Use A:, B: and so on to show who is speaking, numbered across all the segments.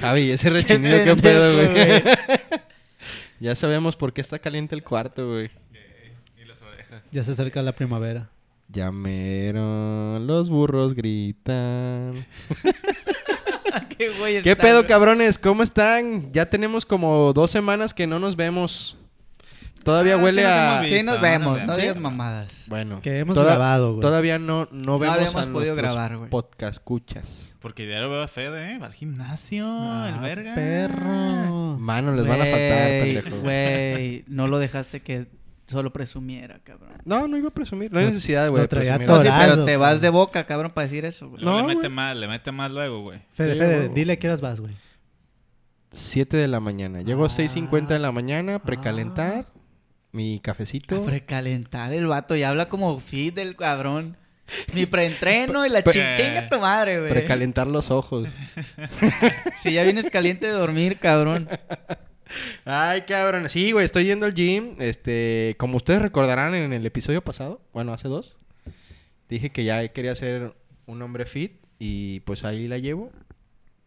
A: Javi, ese rechinido, qué, pedo, güey. ya sabemos por qué está caliente el cuarto, güey.
B: Y las orejas.
C: Ya se acerca la primavera.
A: Llamaron, los burros gritan.
D: Qué güey
A: ¿Qué
D: está,
A: pedo,
D: güey.
A: cabrones? ¿Cómo están? Ya tenemos como dos semanas que no nos vemos. Todavía
B: Ah, sí
A: huele
B: nos
A: a.
B: hemos visto.
D: Sí, nos
B: no
D: vemos,
B: nos
D: no
B: vemos.
D: digas
B: Sí.
D: mamadas.
A: Bueno,
C: Que hemos
A: toda-
C: grabado, güey.
A: Todavía no, no vemos
D: habíamos
A: a
D: podido
A: nuestros
D: grabar, güey.
A: podcast escuchas.
B: Porque ya lo veo a Fede, ¿eh? Va al gimnasio, el
C: Ah,
B: verga.
C: perro.
A: Mano, les van a faltar,
D: Güey,
A: pendejo.
D: Güey, no lo dejaste que solo presumiera, cabrón.
A: No, no iba a presumir. No hay
C: Lo-
A: necesidad, güey.
C: lo traía
A: presumir.
D: No, sí,
C: Dorado,
D: pero te
C: cabrón.
D: vas de boca, cabrón, para decir eso, güey.
B: Luego
A: No,
B: le mete
A: güey.
B: más, le mete más luego, güey.
C: Fede,
A: Sí,
C: Fede,
A: huevo.
C: dile a qué horas vas, güey.
A: 7 de la mañana. Llego
C: Ah.
A: 6.50 de la mañana, precalentar
D: Ah.
A: mi
D: A
A: cafecito.
D: precalentar el vato y habla como fit del cabrón. Mi preentreno y la
A: Pre-
D: chin- chinga tu madre, güey.
A: Precalentar los ojos.
D: Si ya vienes caliente de dormir, cabrón.
A: Ay, cabrón. Sí, güey, estoy yendo al gym. Este, como ustedes recordarán en el episodio pasado, bueno, hace dos, dije que ya quería ser un hombre fit y pues ahí la llevo.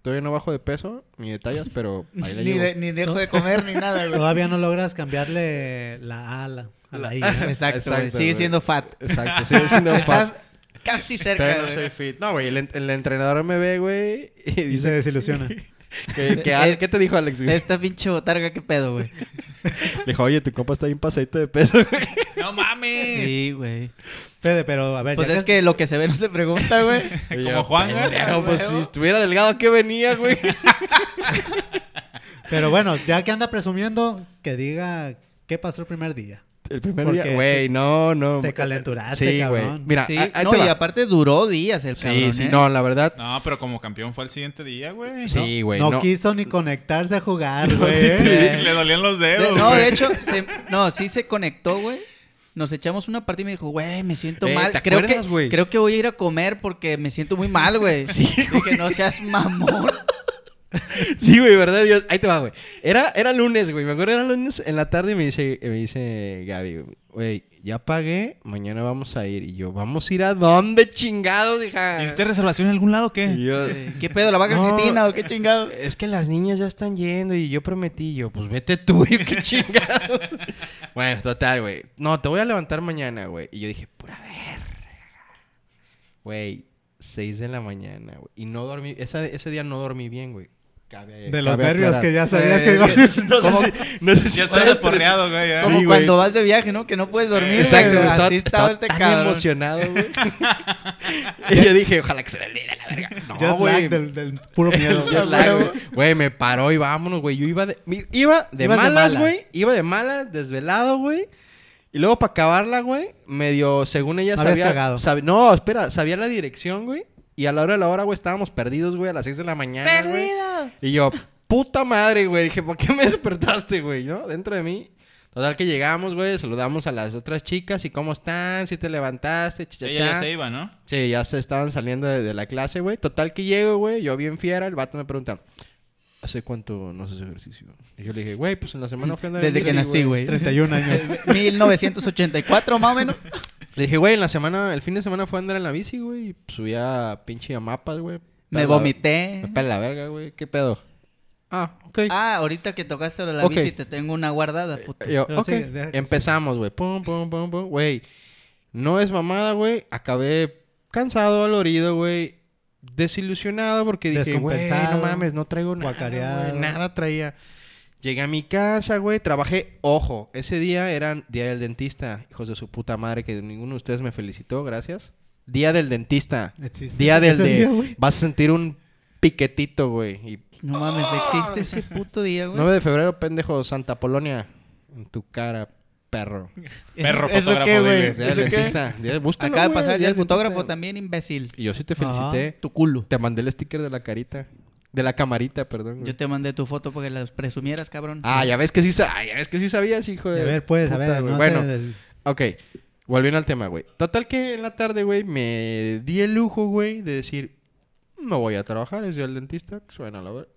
A: Todavía no bajo de peso ni de tallas, pero ahí la
D: Ni,
A: llevo.
D: de- ni dejo de comer ni nada, güey.
C: Todavía no logras cambiarle la ala a la I. ¿no?
D: Exacto, güey.
A: Exacto,
D: Sigue
A: güey.
D: siendo fat.
A: Exacto, sigo siendo
D: Estás
A: fat.
D: casi cerca,
A: Pero no
D: güey.
A: soy fit. No, güey, el, en- el entrenador me ve, güey, y
C: Y se
A: dice...
C: desilusiona.
A: ¿Qué, qué, Alex? ¿Qué te dijo Alex? güey?
D: Esta pinche botarga, qué pedo, güey.
A: Le dijo, oye, tu compa está bien pasadito de peso. güey.
B: ¡No mames!
D: Sí, güey.
C: Fede, pero a ver,
D: Pues
C: ya
D: es que lo que se ve no se pregunta, güey.
A: Y
B: Como
A: yo,
B: Juan, güey.
A: "Pendejo, pues si
D: ¿eh? Huevo.
A: estuviera delgado, ¿qué venía, güey?
C: Pero bueno, ya que anda presumiendo, que diga qué pasó el primer día.
A: El primer
C: Porque
A: día, güey, no, no.
C: te calenturaste,
A: sí,
C: cabrón.
A: güey. Mira,
D: Sí,
A: a- ahí
D: no,
A: te va.
D: y aparte duró días el
A: Sí,
D: cabrón,
A: sí,
D: ¿eh?
A: no, la verdad.
B: No, pero como campeón fue al siguiente día, güey.
A: Sí, güey.
C: no,
A: No,
C: quiso ni conectarse a jugar,
B: ¿no?
C: güey.
D: Eh.
B: Le dolían los
D: De-
B: dedos,
D: no,
B: güey.
D: de hecho, se- no, sí se conectó, güey. Nos echamos una partida y me dijo, güey, me siento
A: Eh,
D: mal.
A: ¿te
D: creo,
A: acuerdas,
D: que,
A: güey?
D: creo que voy a ir a comer porque me siento muy mal, güey. Sí. Dije, no seas mamón.
A: Sí, güey, verdad, Dios. Ahí te va, güey. Era, era lunes, güey. Me acuerdo era lunes en la tarde y me dice, me dice Gaby, güey, ya pagué, mañana vamos a ir. Y yo, ¿vamos a ir a dónde, chingados, hija?
B: ¿Hiciste reservación en algún lado o
A: Y
B: qué?
A: yo,
D: Eh, ¿Qué pedo, la vaca
A: No.
D: argentina o qué chingado?
A: es que las niñas ya están yendo y yo prometí, yo, pues vete tú, y yo, qué chingados. bueno, total, güey. No, te voy a levantar mañana, güey. Y yo dije, pura verga. Güey, 6 de la mañana, güey. Y no dormí, esa- ese día no dormí bien, güey. Cabe-
C: De los
A: cabe
C: nervios
A: aclarar.
C: que ya sabías que
D: Eh,
C: iba
A: No sé si, no sé si
B: Ya estás
A: ustedes-
B: desporreado, güey. ¿eh? ya.
D: Como
A: Sí, güey.
D: cuando vas de viaje, ¿no? Que no puedes dormir.
A: Exacto,
D: güey.
A: güey, estaba,
D: Así estaba,
A: estaba
D: este
A: tan
D: cabrón.
A: emocionado, güey. y yo dije, ojalá que se le olvide la verga.
C: Jet
A: No,
C: lag
A: güey.
C: del, del puro miedo.
A: El jet lag, güey. Güey, me paró y vámonos, güey. Yo iba de, mi- iba de
C: Ibas
A: malas,
C: de malas.
A: güey. Iba de malas, desvelado, güey. Y luego para acabarla, güey, medio, según ella
C: Habías
A: sabía,
C: cagado.
A: sab- no, espera, sabía la dirección, güey. Y a la hora de la hora, güey, estábamos perdidos, güey, a las 6 de la mañana, güey.
D: Perdido.
A: Y yo, puta madre, güey. Dije, ¿por qué me despertaste, güey? ¿No? Dentro de mí. Total que llegamos, güey, saludamos a las otras chicas y cómo están, si te levantaste, chichachá.
B: Ella ya se iba, ¿no?
A: Sí, ya se estaban saliendo de, de la clase, güey. Total que llego, güey. Yo bien fiera, el vato me pregunta, ¿hace cuánto no haces ejercicio? Y yo le dije, güey, pues en la semana fui a andar en
D: Desde que
A: bici,
D: nací, güey.
C: 31 años.
D: Eh, 1984, más o menos.
A: Le dije, güey, en la semana, el fin de semana fue a andar en la bici, güey. y Subí a pinche a mapas, güey.
D: Me
A: Pela-
D: vomité.
A: Me pela la verga, güey. ¿Qué pedo? Ah, ok.
D: Ah, ahorita que tocaste lo de la
A: Ok. Eh,
D: bici, te tengo una guardada, puto.
A: Y yo,
C: Pero
A: ok.
C: sigue, deja que
A: Empezamos, güey. Pum, pum, pum, pum. Güey, no es mamada, güey. Acabé cansado, dolorido, güey. Desilusionado porque dije, güey, no
C: Descompensado,
A: mames, no traigo nada.
C: guacareado.
A: güey, Nada traía. Llegué a mi casa, güey. Trabajé, ojo, ese día era día del dentista. Hijos de su puta madre, que ninguno de ustedes me felicitó, gracias. Día del dentista.
C: Existe.
A: Día del
C: Ese
A: de.
C: día, güey.
A: vas a sentir un piquetito, güey. Y
D: No mames, existe ese puto día, güey.
A: 9 de febrero, pendejo, Santa Polonia. En tu cara, perro.
D: Eso-
B: Perro
D: ¿Eso
B: fotógrafo,
D: qué,
B: dile.
D: güey?
A: Día del
D: ¿Eso qué?
A: dentista. Día- búscalo,
D: Acaba de
A: güey,
D: pasar el día del fotógrafo
A: dentista.
D: también, imbécil.
A: Y yo sí te
C: Ajá.
A: felicité.
D: Tu culo.
A: Te mandé el sticker de la carita. De la camarita, perdón. güey.
D: Yo te mandé tu foto porque las presumieras, cabrón.
A: Ah, ya ves que sí, sa- ah, ya ves que sí sabías, hijo
C: A
A: de.
C: ver, pues, a
A: puta,
C: ver,
A: güey.
C: no
A: bueno,
C: sé. del-
A: ok. Volviendo al tema, güey. Total que en la tarde, güey, me di el lujo, güey, de decir, no voy a trabajar, es día del dentista. Suena la verdad.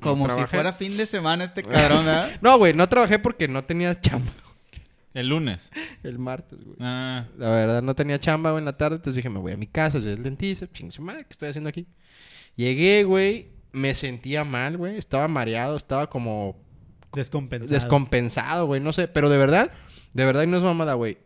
D: Como si fuera fin de semana este cabrón, ¿verdad?
A: No, güey, no trabajé porque no tenía chamba
B: El lunes.
A: el martes, güey.
B: Ah,
A: La verdad, no tenía chamba güey, en la tarde, entonces dije, me voy a mi casa, soy el dentista, ching su madre, ¿qué estoy haciendo aquí? Llegué, güey, me sentía mal, güey. Estaba mareado, estaba como
C: Descompensado.
A: descompensado, güey. No sé, pero de verdad, de verdad y no es mamada, güey.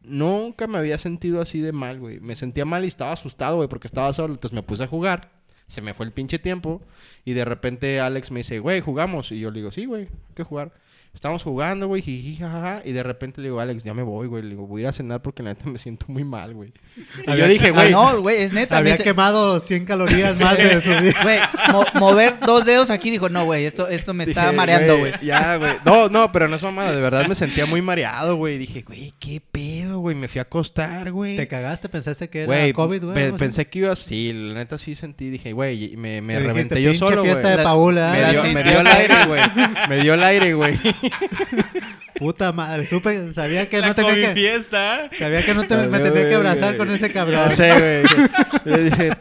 A: Nunca me había sentido así de mal, güey. Me sentía mal y estaba asustado, güey, porque estaba solo. Entonces me puse a jugar. Se me fue el pinche tiempo. Y de repente Alex me dice, güey, jugamos. Y yo le digo, sí, güey, hay que jugar. Estamos jugando, güey, jiji, jajaja. Y de repente le digo, Alex, ya me voy, güey. Le digo, voy a ir a cenar porque la neta me siento muy mal, güey. Y yo
C: Había-
A: dije,
D: Ah,
A: güey,
D: no, güey, es neta.
C: Había
D: me se-
C: quemado 100 calorías más de su vida.
D: Güey, mo- mover dos dedos aquí dijo, no, güey, esto, esto me está
A: Dije,
D: mareando, güey.
A: Ya, güey. No, no, pero no es mamada. De verdad me sentía muy mareado, güey. Dije, güey, qué pedo, güey. Me fui a acostar, güey.
C: Te cagaste, pensaste que era
A: Güey,
C: COVID, güey.
A: pe-
C: algo así?
A: pensé que iba así. La neta sí sentí. Dije, güey, y me, me
C: Te dijiste,
A: reventé yo
C: "Pinche
A: solo, güey.
C: fiesta de
D: La-
C: Paula.
A: Me
D: Ah,
A: dio,
D: sí,
A: me
D: te
A: dio el
D: vas a-
A: aire, güey. Me dio el aire, güey.
C: Puta madre, supe, sabía que
B: La
C: no tenía
B: COVID
C: que...
B: fiesta.
C: Sabía que no te- me
A: Valió
C: tenía que
A: verga,
C: abrazar
A: güey.
C: con ese
A: No
C: cabrón.
A: sé, güey. Le dije-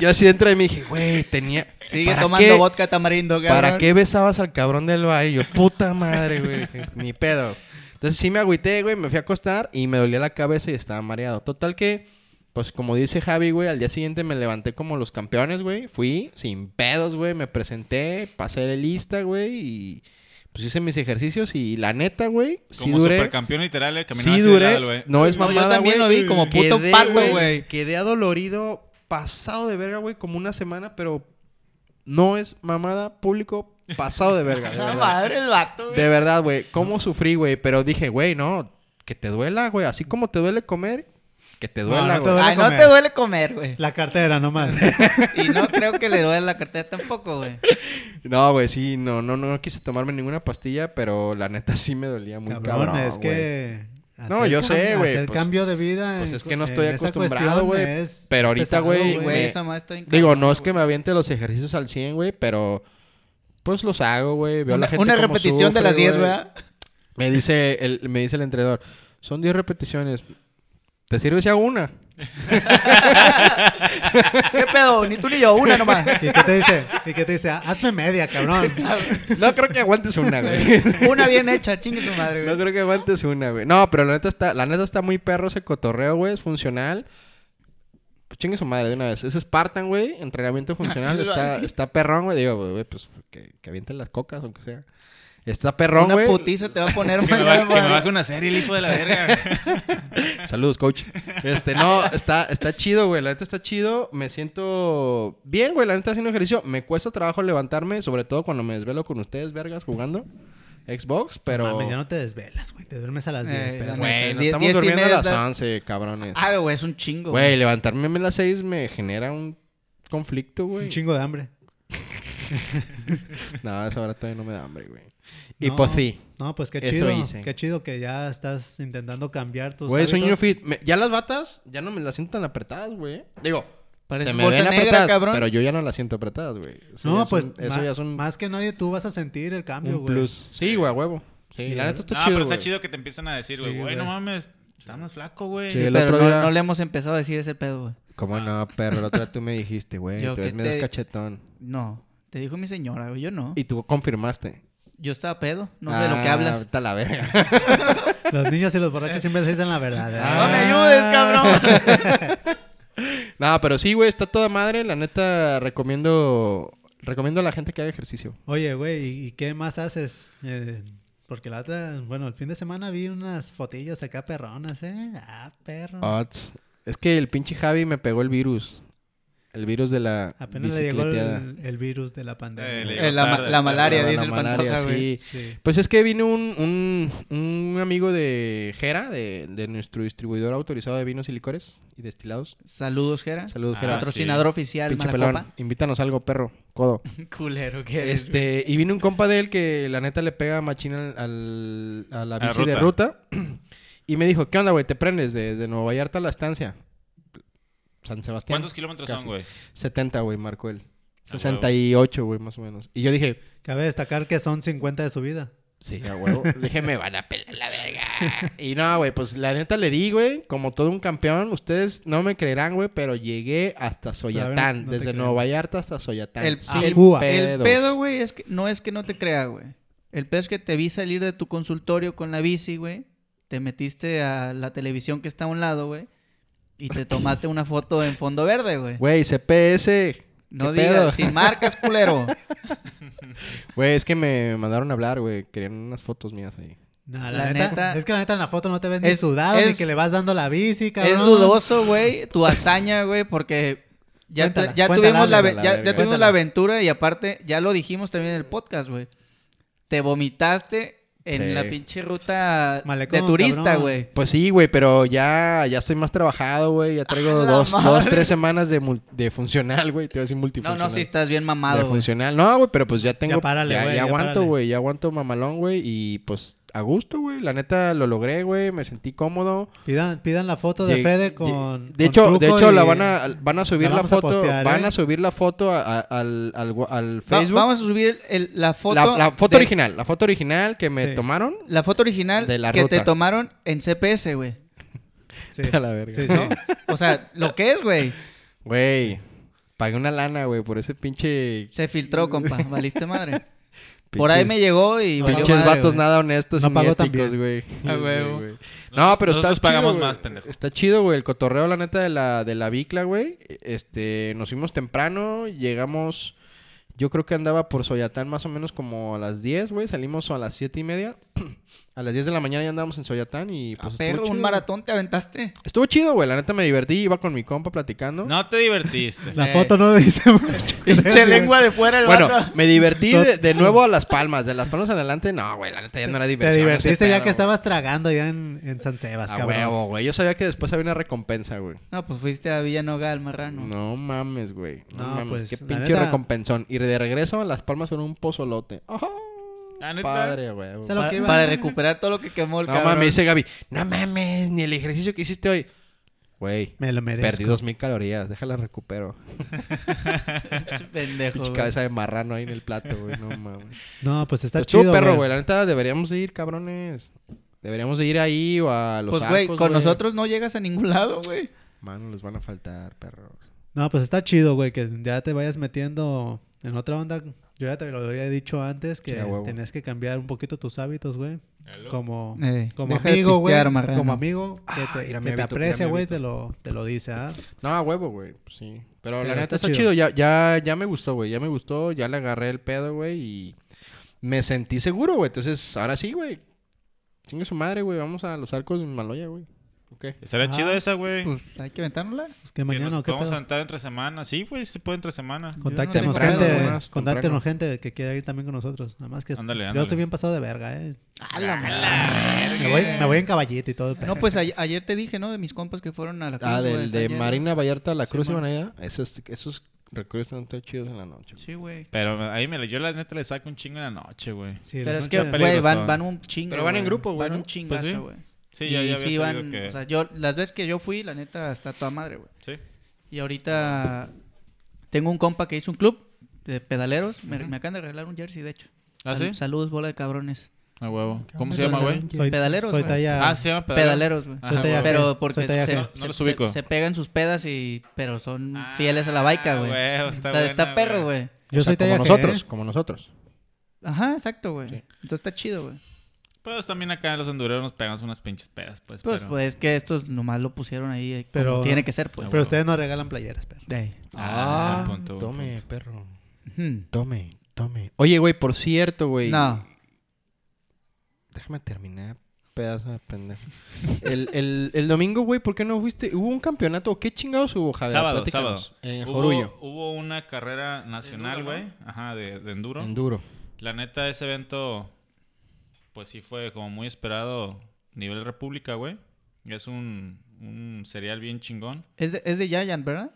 A: Yo así dentro de mí dije, güey, tenía.
D: Sigue
A: ¿para
D: tomando
A: qué-
D: vodka tamarindo, cabrón.
A: ¿Para qué besabas al cabrón del baile? Yo, puta madre, güey. Dije, Ni pedo. Entonces sí me agüité, güey. Me fui a acostar y me dolía la cabeza y estaba mareado. Total que, pues como dice Javi, güey, al día siguiente me levanté como los campeones, güey. Fui sin pedos, güey. Me presenté, pasé de lista, güey. Y pues hice mis ejercicios y la neta, güey, sí
B: Como
A: duré.
B: supercampeón literal, eh, caminaba
A: Sí
B: así de
A: duré.
B: lado, güey.
A: no es
D: No, yo
A: mamada,
D: también
A: güey.
D: lo vi como puto
A: Quedé,
D: pato, güey.
A: Quedé adolorido, pasado de verga, güey, como una semana, pero no es mamada, público, pasado de verga, de
D: La
A: verdad.
D: madre el vato, güey.
A: De verdad, güey, cómo sufrí, güey, pero dije, güey, no, que te duela, güey, así como te duele comer, que te
C: No,
A: duela,
C: no te
A: güey.
C: duele
D: Ay, no
C: comer.
D: te duele comer, güey.
C: La cartera nomás.
D: Y no creo que le duele la cartera tampoco, güey.
A: No, güey, sí, no, no, no quise tomarme ninguna pastilla, pero la neta sí me dolía muy
C: cabrón,
A: cabrón,
C: es
A: güey.
C: que...
A: No,
C: hacer
A: yo sé,
C: cam-
A: güey,
C: Hacer
A: pues-
C: cambio de vida...
A: Pues
C: en-
A: es que no
C: en
A: estoy
C: esa
A: acostumbrado,
C: cuestión
A: güey.
C: es-
A: Pero
C: es
A: ahorita,
C: pesado,
A: güey,
D: Sí,
A: me-
D: güey, esa madre está bien
A: Digo,
D: cabrona,
A: no es que
D: güey.
A: me aviente los ejercicios al 100, güey, pero pues los hago, güey. Veo a la
D: Una,
A: gente
D: una
A: cómo
D: repetición
A: sufre,
D: de las 10,
A: güey.
D: güey.
A: Me dice el, me dice el entrenador, son 10 repeticiones. ¿Te sirve si hago una?
D: ¿Qué pedo? Ni tú ni yo, una nomás.
C: ¿Y qué te dice? ¿Y qué te dice? Hazme media, cabrón.
A: No creo que aguantes una, güey.
D: Una bien hecha, chingue su madre,
A: No
D: güey.
A: creo que aguantes una, güey. No, pero la neta está, la neta está muy perro ese cotorreo, güey. Es funcional. Pues chingue su madre de una vez. Es Spartan, güey. Entrenamiento funcional. está, está perrón, güey. Digo, güey, pues que, que avienten las cocas, aunque sea. Está perrón,
D: una
A: güey.
D: putiza te va a poner,
B: Que me,
D: mañana,
B: baje, que me
D: güey.
B: baje una serie el hijo de la verga.
A: Saludos, coach. Este, no, está, está chido, güey. La neta está chido. Me siento bien, güey. La neta haciendo ejercicio. Me cuesta trabajo levantarme, sobre todo cuando me desvelo con ustedes, vergas, jugando Xbox, pero.
C: Ah, Mames, ya no te desvelas, güey. Te duermes a las
D: Eh, la
C: 10, pero...
D: neta.
A: Bueno,
D: Die-
A: estamos
D: diez y
A: durmiendo a
D: media
A: las
D: está-
A: 11, cabrones.
D: Ah, güey, es un chingo,
A: Güey,
D: güey.
A: levantarme a las 6 me genera un conflicto,
C: Un
A: güey.
C: chingo de hambre.
A: No, esa hora todavía no me da hambre, güey. Y
C: No,
A: pues sí.
C: No, pues qué
A: Eso
C: chido.
A: hice.
C: Qué chido que ya estás intentando cambiar tus
A: Güey, soy
C: hábitos.
A: niño fit. Me- ya las batas ya no me las siento tan apretadas, güey. Digo,
D: Pareces
A: se me
D: bolsa
A: ven
D: negra,
A: apretadas,
D: cabrón.
A: pero yo ya no las siento apretadas, güey. Eso ya
C: No,
A: es
C: pues
A: un-
C: ma-
A: eso ya es un,
C: más que nadie tú vas a sentir el cambio,
A: un
C: güey.
A: plus. Sí, güey, a huevo. Sí,
C: Sí,
A: la neta está
B: no,
A: chido,
B: pero está
A: güey.
B: chido que te empiezan a decir, güey,
C: Sí,
B: güey, no
C: güey.
B: mames, estás más flaco, güey.
A: Sí. el
D: pero
A: otro
D: no,
A: día-
D: no le hemos empezado a decir ese pedo, güey.
A: ¿Cómo no? Pero la otra tú me dijiste, güey,
D: Yo
A: tú
D: que
A: eres medio
D: te-
A: cachetón.
D: No, te dijo mi señora, güey, yo no.
A: Y tú confirmaste.
D: Yo estaba pedo, no sé de lo que
A: Ah,
D: hablas.
A: Vete a la verga.
C: Los niños y los borrachos siempre dicen la verdad. ¿eh?
A: Ah.
D: No me ayudes, cabrón.
A: No, pero sí, güey, está toda madre. La neta, recomiendo... Recomiendo a la gente que haga ejercicio.
C: Oye, güey, ¿y- ¿y qué más haces? Eh, porque la otra, bueno, el fin de semana vi unas fotillas acá perronas, ¿eh? Ah, perro.
A: Ots. Es que el pinche Javi me pegó el virus. El virus de la
C: Apenas le llegó
A: bicicleteada.
C: el, el virus de la pandemia.
B: Eh, le
D: Eh, la, ma-
B: tarde,
D: la
B: tarde.
D: malaria,
A: Ah, la
D: dice el
A: malaria,
D: pantoja, güey.
A: sí.
C: Sí.
A: Pues es que vino un, un, un amigo de Jera, de, de nuestro distribuidor autorizado de vinos y licores y destilados.
D: Saludos, Jera.
A: Saludos,
B: Ah,
A: Jera.
B: otro
D: Patrocinador oficial,
A: Pinche pelón.
D: Malacopa.
A: Invítanos algo, perro. Codo.
D: Culero que eres,
A: Este, y vino un compa de él que la neta le pega machina al, al- a la
B: A la
A: bici de ruta. Y me dijo, ¿qué onda, güey? ¿Te prendes de, de Nueva Vallarta a la estancia? San Sebastián.
B: ¿Cuántos kilómetros
A: Casi.
B: son, güey?
A: 70, güey, marcó él.
B: Ah,
A: 68, güey, más o menos. Y yo dije,
C: Cabe destacar que son 50 de su vida.
A: sí, a huevo. dije, me van a pelar la verga. Y no, güey, pues la neta le di, güey, como todo un campeón. Ustedes no me creerán, güey, pero llegué hasta Soyatán.
C: no te
A: desde
C: creemos.
A: Nueva Vallarta hasta Soyatán.
D: El,
A: sin
D: el-
C: Cuba.
D: el
A: pedos.
D: pedo, güey, es que, no es que no te crea, güey. El pedo es que te vi salir de tu consultorio con la bici, güey. Te metiste a la televisión que está a un lado, güey. Y te tomaste una foto en fondo verde, güey.
A: Güey, CPS.
D: No
A: ¿Qué pedo?
D: digas, sin marcas, culero.
A: Güey, es que me mandaron a hablar, güey. Querían unas fotos mías ahí.
C: No, la,
D: La
C: neta,
D: neta-
C: Es que la neta en la foto no te ves ni
D: Es-
C: sudado ni
D: es-
C: que le vas dando la bici, cabrón.
D: es dudoso, güey, tu hazaña, güey, porque ya, tu-
C: Cuéntala,
D: ya
C: cuéntala,
D: tuvimos, la,
A: háblala,
D: ve-
A: la
D: ya- ya
A: verga.
D: tuvimos
C: Cuéntala.
D: la aventura y aparte, ya lo dijimos también en el podcast, güey. Te vomitaste en
A: Sí.
D: la pinche ruta
C: Malecón,
D: de turista,
C: cabrón.
D: güey.
A: Pues sí, güey, pero ya, ya estoy más trabajado, güey. Ya traigo
D: la
A: dos,
D: madre!
A: dos, tres semanas de, mul- de funcional, güey. Te voy a decir
D: No,
A: multifuncional.
D: no, sí estás bien
A: De
D: mamado, güey.
A: funcional. No, güey, pero pues ya tengo.
C: Ya párale,
A: ya,
C: güey,
A: ya
C: ya
A: aguanto,
C: párale.
A: güey. Ya aguanto mamalón, güey. Y pues a gusto, güey. La neta lo logré, güey. Me sentí cómodo.
C: Pidan, pidan la foto de
A: Lleg-
C: Fede
A: lleg- De
C: con. con
A: hecho, de
C: truco
A: hecho
C: y-
A: la van a, van a subir la,
C: la vamos a
A: foto.
C: postear,
A: van
C: ¿eh?
A: a subir la foto a- a- al, al, wa- al
D: Va-
A: Facebook.
D: vamos a subir el- el- la foto.
A: la, la foto
D: de-
A: original. La foto original que me
C: Sí.
A: tomaron.
D: La foto original
A: De la
D: que te
A: ruta.
D: tomaron en CPS, güey.
C: Sí,
A: A la verga.
C: sí, sí.
D: ¿No? o sea, lo que es, güey.
A: Güey. Pagué una lana, güey, por ese pinche.
D: Se filtró, compa. Valiste madre. Por ahí
A: pinches-
D: me llegó y valió
A: Pinches
D: madre,
A: vatos
D: güey.
A: nada honestos
C: No
A: y ni
C: pagó
A: éticos,
C: también.
A: güey.
D: A huevo.
A: Sí, güey. No, pero está
B: Nosotros
A: chido,
B: pagamos
A: güey.
B: más, pendejo.
A: Está chido, güey. El cotorreo, la neta, de la, de la bicla, güey. Este, nos fuimos temprano, llegamos... Yo creo que andaba por Soyatán más o menos como a las 10, güey. Salimos a las 7 y media. A las 10 de la mañana ya andábamos en Soyatán y pues
D: Ah,
A: estuvo
D: perro,
A: chido.
D: un maratón te aventaste.
A: Estuvo chido, güey. La neta me divertí. Iba con mi compa platicando.
B: No te divertiste.
C: La
D: Eh.
C: foto no dice mucho.
D: Pinche lengua de fuera el
A: Bueno,
D: vato.
A: me divertí
C: No.
A: de, de nuevo a Las Palmas. De Las Palmas en adelante, no, güey. La neta ya no era
C: Te
A: diversión.
C: divertiste
A: ese
C: ya
A: pedo,
C: que
A: güey.
C: estabas tragando ya en, en San Sebas,
A: A
C: cabrón.
A: huevo, güey. Yo sabía que después había una recompensa, güey.
D: No, pues fuiste a Villanoga al marrano.
A: No mames, güey. No,
C: No,
A: mames.
C: pues,
A: Qué
C: la
A: pinche
C: neta-
A: recompensón. Y de regreso a Las Palmas son un pozolote. ¡Oh!
B: La neta.
A: Padre, güey. güey.
C: Se lo-
D: Para,
C: que iba.
D: para recuperar todo lo que quemó el
A: No
D: cabrón.
A: mames, dice Gaby. No mames, ni el ejercicio que hiciste hoy. Güey,
C: Me lo merezco. Pues,
A: perdí dos mil calorías. Déjala recupero.
D: Pendejo.
A: Pinche
D: güey.
A: cabeza de marrano ahí en el plato, güey. No mames.
C: No, pues está
A: Está
C: chido.
A: perro,
C: güey.
A: güey. La neta, deberíamos de ir, cabrones. Deberíamos de ir ahí o a los
D: Pues, güey,
A: Arcos,
D: con nosotros no llegas a ningún lado, güey.
A: Mano, les van a faltar, perros.
C: No, pues está chido, güey, que ya te vayas metiendo en otra onda. Yo ya te lo había dicho antes que
A: Sí, a huevo.
C: tenías que cambiar un poquito tus hábitos, güey. Como,
D: Eh,
C: como
D: deja de
C: amigo, güey.
D: pistear, marrano.
C: Como amigo que te,
A: Ah, mira mi
C: que
A: hábito,
C: te
A: mira
C: aprecia,
A: mi
C: güey,
A: hábito.
C: te lo, te lo dice, ¿ah?
A: No, a huevo, güey. pues Sí. Pero, la
C: Pero
A: neta
C: está
A: está
C: chido.
A: chido. Ya, ya, ya me gustó, güey. Ya me gustó. Ya le agarré el pedo, güey. Y me sentí seguro, güey. Entonces, ahora sí, güey. Chingue su madre, güey. Vamos a los arcos de Maloya, güey. ¿Ok?
B: Estará
C: Ah,
B: chido esa, güey.
D: Pues hay que aventárnosla.
C: Pues que
B: Que
C: mañana,
B: nos
C: ¿o ¿qué
B: vamos a
C: pedo?
B: sentar entre semana. Sí, güey, se puede entre semana.
D: Yo no
C: Contáctenos
D: temprano,
C: gente,
A: nomás,
C: contáctenos
A: temprano.
C: gente que quiera ir también con nosotros. Nada más que
B: Ándale,
C: yo
B: ándale.
C: estoy bien pasado de verga, ¿eh?
D: A la
A: Ah.
D: madre.
C: Me voy, me voy en caballito y todo. el pedo.
D: No, pues a- ayer te dije, ¿no? De mis compas que fueron a la
A: Ah,
D: Cruz, güey,
A: del de
D: ayer.
A: Marina Vallarta a La Cruz
D: Sí,
A: iban allá. Esos, esos recruits están tan chidos en la noche.
D: Sí, güey.
B: Pero ahí me, yo la neta le saco un chingo en la noche, güey.
C: Sí, la
D: Pero es
C: noche-
D: que,
B: Está
D: güey, van,
B: peligrosón.
D: van un chingo.
A: Pero van en grupo, güey,
D: Van
A: ¿no?
D: un chingazo,
B: Pues sí.
D: güey.
B: Sí, ya,
D: Y
B: ya había
D: sí
B: sabido
D: van,
B: que...
D: o sea, yo, las veces que yo fui, la neta, está toda madre, güey.
B: sí.
D: Y ahorita tengo un compa que hizo un club de pedaleros. Me, me acaban de regalar un jersey, de hecho.
B: ¿Ah,
D: Sal-
B: sí?
D: Saludos, bola de cabrones.
B: A huevo. ¿Cómo
D: onda
B: se
D: con
B: llama,
D: esa
B: güey?
D: gente? pedaleros,
C: Soy
D: güey.
C: talla.
B: Ah, se llama pedalero.
D: Pedaleros, güey.
B: Ajá,
C: Soy talla
B: güey.
C: G,
D: Pero porque
C: soy talla
D: se,
C: G.
B: No, no
D: se-
B: los
D: se-
B: ubico.
D: se pegan sus pedas y... Pero son fieles a la baica, güey.
B: Ah, está
D: está,
B: buena,
D: está perro, güey.
C: Yo
A: O sea,
C: soy talla
A: como
C: G,
A: nosotros,
C: ¿eh?
A: como nosotros.
D: Ajá, exacto, güey.
A: Sí.
D: Entonces está chido, güey.
B: Pues también acá en los hondureros nos pegamos unas pinches pedas, pues.
D: Pues,
B: pero-
D: pues, que estos nomás lo pusieron ahí eh, como
C: Pero-
D: tiene que ser, pues.
C: Pero ustedes no regalan playeras, perro.
D: Ey.
B: Ah, buen punto, buen
A: tome,
B: punto.
A: perro.
D: Ujú.
A: Tome, tome. Oye, güey, por cierto, güey.
D: No.
A: Déjame terminar, pedazo de pendejo. El, el, el domingo, güey, ¿por qué no fuiste? ¿Hubo un campeonato? ¿Qué chingados hubo, Javier?
B: Sábado,
A: Platícanos.
B: sábado.
A: En
B: Hubo-
A: Jorullo.
B: Hubo, una carrera nacional,
D: Enduro,
B: güey. Ajá, de, de enduro.
A: Enduro.
B: La neta, ese evento, pues sí fue como muy esperado nivel república, güey. Es un, un cereal bien chingón.
D: Es de, es de Giant, ¿verdad?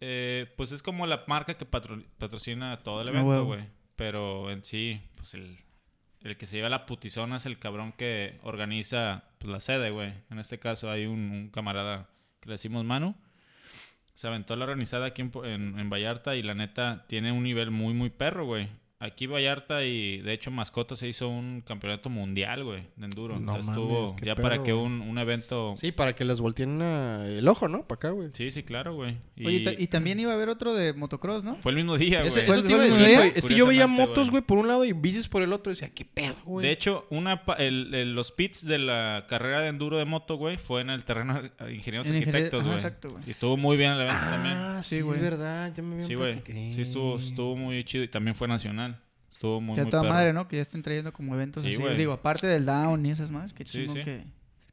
B: Eh, pues es como la marca que patro- patrocina todo el
D: Ah,
B: evento,
D: huevo.
B: güey. Pero en sí, pues el, el que se lleva la putizona es el cabrón que organiza pues, la sede, güey. En este caso hay un, un camarada que le decimos Manu. Se aventó la organizada aquí en, Po- en- en Vallarta y la neta tiene un nivel muy, muy perro, güey. Aquí Vallarta y de hecho Mascota se hizo un campeonato mundial, güey, de enduro.
A: No
B: No Estuvo
A: mames, qué
B: ya para
A: pedo,
B: que
A: güey.
B: un, un evento. Sí,
A: Sí, para que les volteen ah, el ojo, ¿no? Para acá, güey.
B: sí, claro, güey. Y,
D: Oye, y ta- y también iba a haber otro de motocross, ¿no?
B: fue el mismo día, güey.
A: Ese-
D: ¿Fue
A: eso
D: el-
A: te iba a
D: fue el
A: decir,
D: mismo
A: güey.
D: día?
A: Es que yo veía
B: Curiosamente,
A: motos,
B: güey.
A: güey, por un lado y bicis por el otro. Y decía, ¿qué pedo, güey?
B: De hecho, una pa- el- el- los pits de la carrera de enduro de moto, güey, fue en el terreno de ingenieros
D: En ingenier-
B: arquitectos,
D: ajá,
B: güey.
D: exacto, güey.
B: Y estuvo muy bien el evento también.
A: Ah,
D: sí,
A: sí, es
D: güey.
A: verdad. Ya me habían
B: Sí, güey.
A: platicado.
B: Sí, estuvo, estuvo muy chido y también fue nacional. Estuvo muy,
D: De
B: muy
D: toda
B: perro.
D: madre, ¿no? Que ya estén trayendo como eventos
B: Sí,
D: así.
B: güey.
D: Digo, aparte del down y esas más, que
B: Sí,
D: chingo
B: sí.
D: que,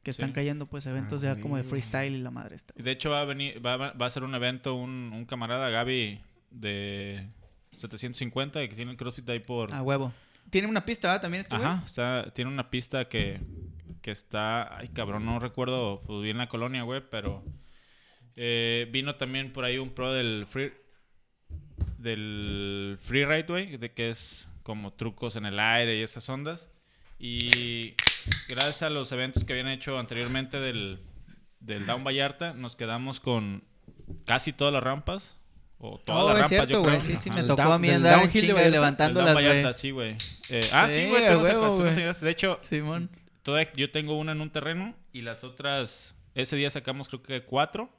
D: que están
B: Sí.
D: cayendo pues eventos
A: Ah,
D: ya como de
A: güey.
D: freestyle y la madre está.
B: De hecho, va a venir, va, a- va a ser un evento, un, un camarada, Gaby, de 750, que tiene el CrossFit ahí por...
D: A huevo. Tiene una pista, ¿verdad? También este güey?
B: Ajá, está, tiene una pista que, que está... Ay, cabrón, no recuerdo pues, bien la colonia, güey, pero... eh, vino también por ahí un pro del free... Del free ride, güey, de que es como trucos en el aire y esas ondas. Y gracias a los eventos que habían hecho anteriormente del, del Down Vallarta, nos quedamos con casi todas las rampas. O todas
D: Oh,
B: las
D: es
B: rampas,
D: cierto,
B: yo creo.
D: güey. Sí, sí,
A: Ajá.
D: me
A: Del
D: tocó
A: down-
D: a mí
A: del
D: andar en
A: downhill de
D: chinga y
A: Vallarta.
D: levantándolas,
B: Las
D: güey.
B: vallartas, sí, güey. Eh, ah, sí,
D: Sí,
B: güey, tú
D: a
B: no se
D: huevo,
B: acuerdas, tú no
D: güey.
B: se acuerdas. De hecho,
D: Simón.
B: todavía yo tengo una en un terreno y las otras, ese día sacamos creo que cuatro.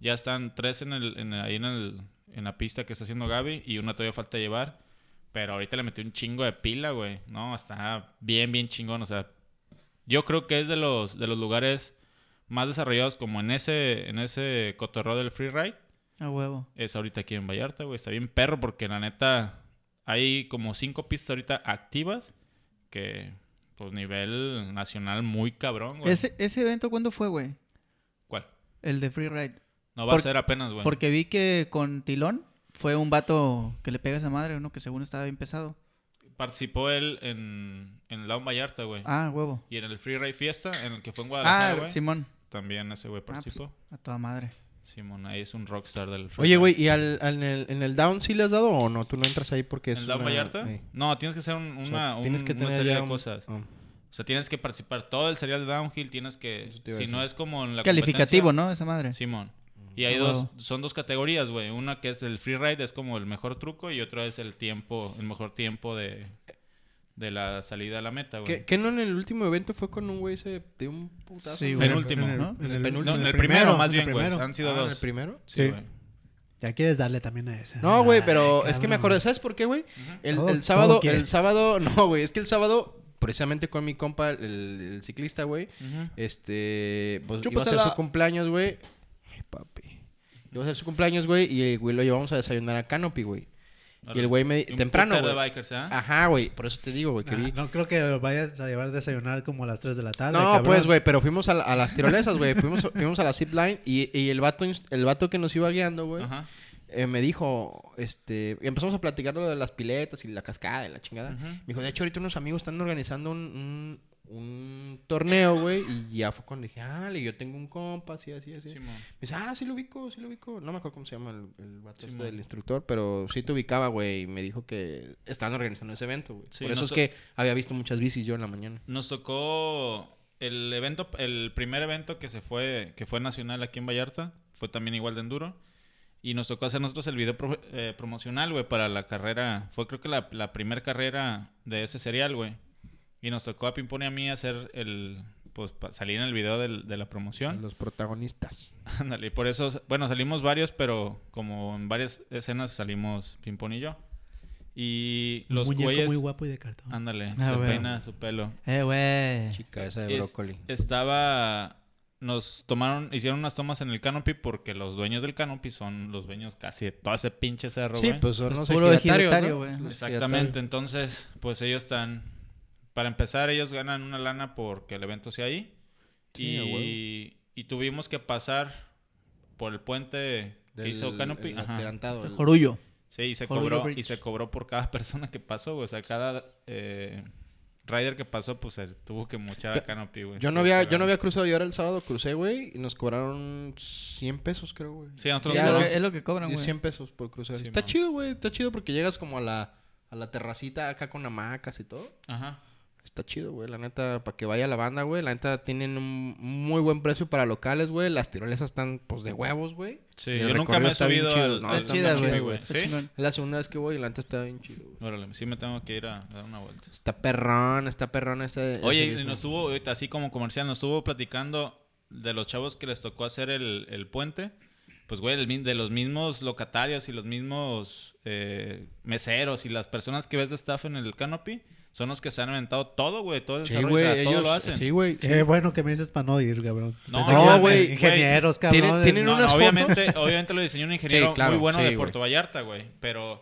B: Ya están tres en el, en, el- ahí en, el, en la pista que está haciendo Gaby y una todavía falta llevar. Pero ahorita le metí un chingo de pila, güey. No, está bien, bien chingón. O sea, yo creo que es de los, de los lugares más desarrollados como en ese, en ese cotorreo del freeride
D: A huevo.
B: es ahorita aquí en Vallarta, güey. Está bien perro porque la neta hay como cinco pistas ahorita activas que pues nivel nacional muy cabrón, güey.
D: ¿Ese, ese evento cuándo fue, güey?
B: ¿Cuál?
D: El de freeride.
B: No va
D: Por-
B: a ser apenas, güey.
D: Porque vi que con Tilón fue un vato que le pega a esa madre, uno que según estaba bien pesado.
B: Participó él en, en Down Vallarta, güey.
D: Ah, huevo.
B: Y en el Free Ride Fiesta, en el que fue
D: Ah,
B: en Guadalajara, güey.
D: Simón.
B: También ese güey
D: Ah, pues,
B: participó.
D: a toda madre.
B: Simón, ahí es un rockstar del free
A: Oye,
B: ride.
A: güey, ¿y al, al- en, el, en el down sí le has dado o no? Tú no entras ahí porque es.
B: ¿En Down
A: una-
B: Vallarta?
A: Sí.
B: No, tienes que hacer un-
A: O sea,
B: una,
A: tienes
B: un-
A: que
B: una
A: tener
B: serie
A: ya
B: de
A: un-
B: cosas.
A: ah.
B: O sea, tienes que participar todo el serial de downhill, tienes que...
A: Eso te iba a
B: Si no
A: decir.
B: es como en la
D: Calificativo,
B: competencia-
D: ¿no? Esa madre.
B: Simón. Y hay
D: Ah,
B: dos,
D: huevo.
B: son dos categorías, güey. Una que es el free ride, es como el mejor truco, y otra es el tiempo, el mejor tiempo de, de la salida a la meta,
A: ¿Qué,
B: güey.
A: qué no en el último evento fue con un güey ese de un putazo?
D: Sí, güey.
B: Penúltimo,
C: en el,
D: ¿no?
C: en
A: El
C: el
A: penúltimo.
B: No,
C: en
B: el,
C: el
B: primero, más
C: en el
B: bien, güey.
C: primero.
B: Han sido
A: Ah, ¿en el
B: dos.
A: primero?
B: Sí,
C: Sí.
B: güey.
C: Ya quieres darle también a ese.
A: No, güey, pero
C: Ay,
A: es que me
C: cabrón.
A: acordé, ¿sabes por qué, güey? El,
C: Todo-
A: el sábado,
C: todo
A: el
C: quieres.
A: sábado, no, güey, es que el sábado, precisamente con mi compa, el, el ciclista, güey, este, pues iba a ser
D: Chúpasela.
A: su cumpleaños, güey. Ay, papi. Iba a ser su cumpleaños, güey, y güey lo llevamos a desayunar a Canopy, güey. Y el güey me di-
B: Un
A: temprano,
B: putero de
A: güey.
B: bikers, ¿ah?
A: Ajá, güey, por eso te digo, güey, que
C: Ah,
A: vi.
C: no creo que lo vayas a llevar a desayunar como a las 3 de la tarde.
A: No,
C: cabrón.
A: pues, güey, pero fuimos a, la- a las tirolesas, güey. Fuimos, fuimos a la zip line y, y el, vato, ins- el vato que nos iba guiando, güey,
B: Ajá.
A: eh, me dijo, este, empezamos a platicar de lo de las piletas y la cascada y la chingada.
B: Ujú.
A: Me dijo, de hecho, ahorita unos amigos están organizando un, un, un torneo, güey, y ya fue cuando dije, ah, le- yo tengo un compa, así, así, así. me
B: Simón.
A: dice, ah, sí lo ubico, sí lo ubico. No me acuerdo cómo se llama el, el vato este
B: Simón.
A: del instructor, pero sí te ubicaba, güey, y me dijo que estaban organizando ese evento, güey.
B: Sí,
A: Por eso
B: no
A: es
B: so-
A: que había visto muchas bicis yo en la mañana.
B: Nos tocó el evento, el primer evento que se fue, que fue nacional aquí en Vallarta, fue también igual de enduro. Y nos tocó hacer nosotros el video pro- eh, promocional, güey, para la carrera. Fue creo que la, la primera carrera de ese serial, güey. Y nos tocó a Pimpón y a mí hacer el, pues, pa- salir en el video del- de la promoción.
A: Los protagonistas.
B: Ándale, y por eso, bueno, salimos varios, pero como en varias escenas salimos Pimpón y yo. Y
C: Un
B: los
C: muñeco
B: güeyes,
C: muy guapo y de cartón.
B: ándale,
D: Ah,
B: se
D: güey.
B: peina su pelo.
D: Eh, güey.
A: Chica esa de
B: Es-
A: brócoli.
B: Estaba. Nos tomaron, hicieron unas tomas en el canopy porque los dueños del canopy son los dueños casi de todo ese pinche cerro,
A: Sí,
B: güey.
A: pues son
D: Pues
A: los
D: puro
A: ejidatarios,
D: ejidatario,
A: ¿no?
D: güey.
A: Los
B: Exactamente, entonces, pues ellos están. Para empezar, ellos ganan una lana porque el evento sea ahí.
A: Sí, a
B: y, y tuvimos que pasar por el puente que
A: Del-
B: hizo Canopy.
A: el
B: Ajá.
A: adelantado, el-
D: Jorullo.
B: Sí, y se
D: Hollywood
B: cobró,
D: Bridge.
B: y se cobró por cada persona que pasó, güey. O sea, cada eh, rider que pasó, pues se tuvo que mochar
A: Yo-
B: a Canopy, güey.
A: Yo no
B: Estuvo
A: había, yo
B: Pues, cagado.
A: no había cruzado, yo ahora el sábado crucé, güey, y nos cobraron 100 pesos, creo, güey.
B: Sí, a nosotros
A: Ya,
D: Es
B: nos
D: lo
B: cobró-
D: que- es lo que cobran,
A: Die-
D: güey.
A: 100 pesos por cruzar.
B: Sí,
A: está
B: man.
A: chido, güey, está chido porque llegas como a la, a la terracita acá con hamacas y todo.
B: Ajá.
A: Está chido, güey. La neta, para que vaya la banda, güey. La neta, tienen un muy buen precio para locales, güey. Las tirolesas están, pues, de huevos, güey.
B: Sí,
A: Y el
B: yo nunca
A: recorrido
B: me he
A: está bien
B: subido
A: chido,
B: al...
A: ¿no?
B: al-
A: Está
B: al
A: chida,
B: Chimay,
A: güey,
B: güey. ¿Sí?
A: Es la segunda vez que voy y la neta está bien chido, güey.
B: Órale, sí me tengo que ir a, a dar una vuelta.
A: Está perrón, está perrón ese. ese
B: Oye, y
A: mismo.
B: nos estuvo, ahorita, así como comercial, nos estuvo platicando de los chavos que les tocó hacer el, el puente. Pues, güey, el mi- de los mismos locatarios y los mismos eh, meseros y las personas que ves de staff en el canopy son los que se han inventado todo, güey. Todo el
A: Sí,
B: desarrollo, o sea,
A: güey,
B: todo
A: ellos.
B: lo hacen.
A: Sí, güey. sí.
C: Qué bueno que me dices para no ir, cabrón.
B: No,
C: Pensé que eran
A: güey,
C: Ingenieros,
A: güey.
C: cabrón.
A: Tienen- tienen
B: No, no,
A: unas
B: obviamente, obviamente lo diseñó un ingeniero
A: claro,
B: muy bueno
A: sí,
B: de
A: güey.
B: Puerto Vallarta, güey. Pero.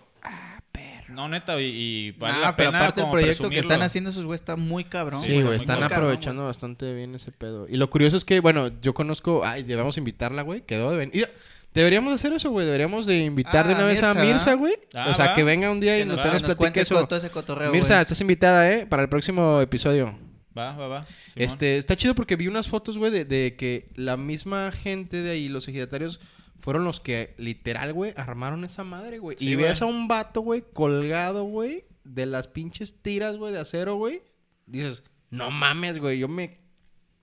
B: No, neta, y, y vale
D: Ah,
B: la
D: pero
B: pena
D: aparte el
B: como
D: proyecto que
B: presumirlo.
D: están haciendo esos güey está muy cabrón.
A: Sí,
B: güey,
A: güey,
B: está
A: están
B: muy cabrón,
A: aprovechando bastante bien ese pedo. Y lo curioso es que, bueno, yo conozco, ay, debemos invitarla, güey, quedó de venir. Mira, Deberíamos hacer eso, güey, deberíamos de invitar
D: Ah,
A: de una vez a
D: Mirza, ¿va?
A: Mirza, güey.
B: Ah,
A: o sea,
B: va.
A: que venga un día
D: Que
A: y nos,
D: nos,
B: va,
A: nos
D: nos
A: platique
D: cuentes
A: eso.
D: con todo ese cotorreo,
A: Mirza,
D: güey.
A: estás invitada, ¿eh? Para el próximo episodio.
B: Va, va, va. Simón.
A: Este, está chido porque vi unas fotos, güey, de, de que la misma gente de ahí, los ejidatarios, fueron los que literal, güey, armaron esa madre, güey.
B: Sí,
A: y
B: güey.
A: ves a un vato, güey, colgado, güey, de las pinches tiras, güey, de acero, güey. Dices, no mames, güey, yo me,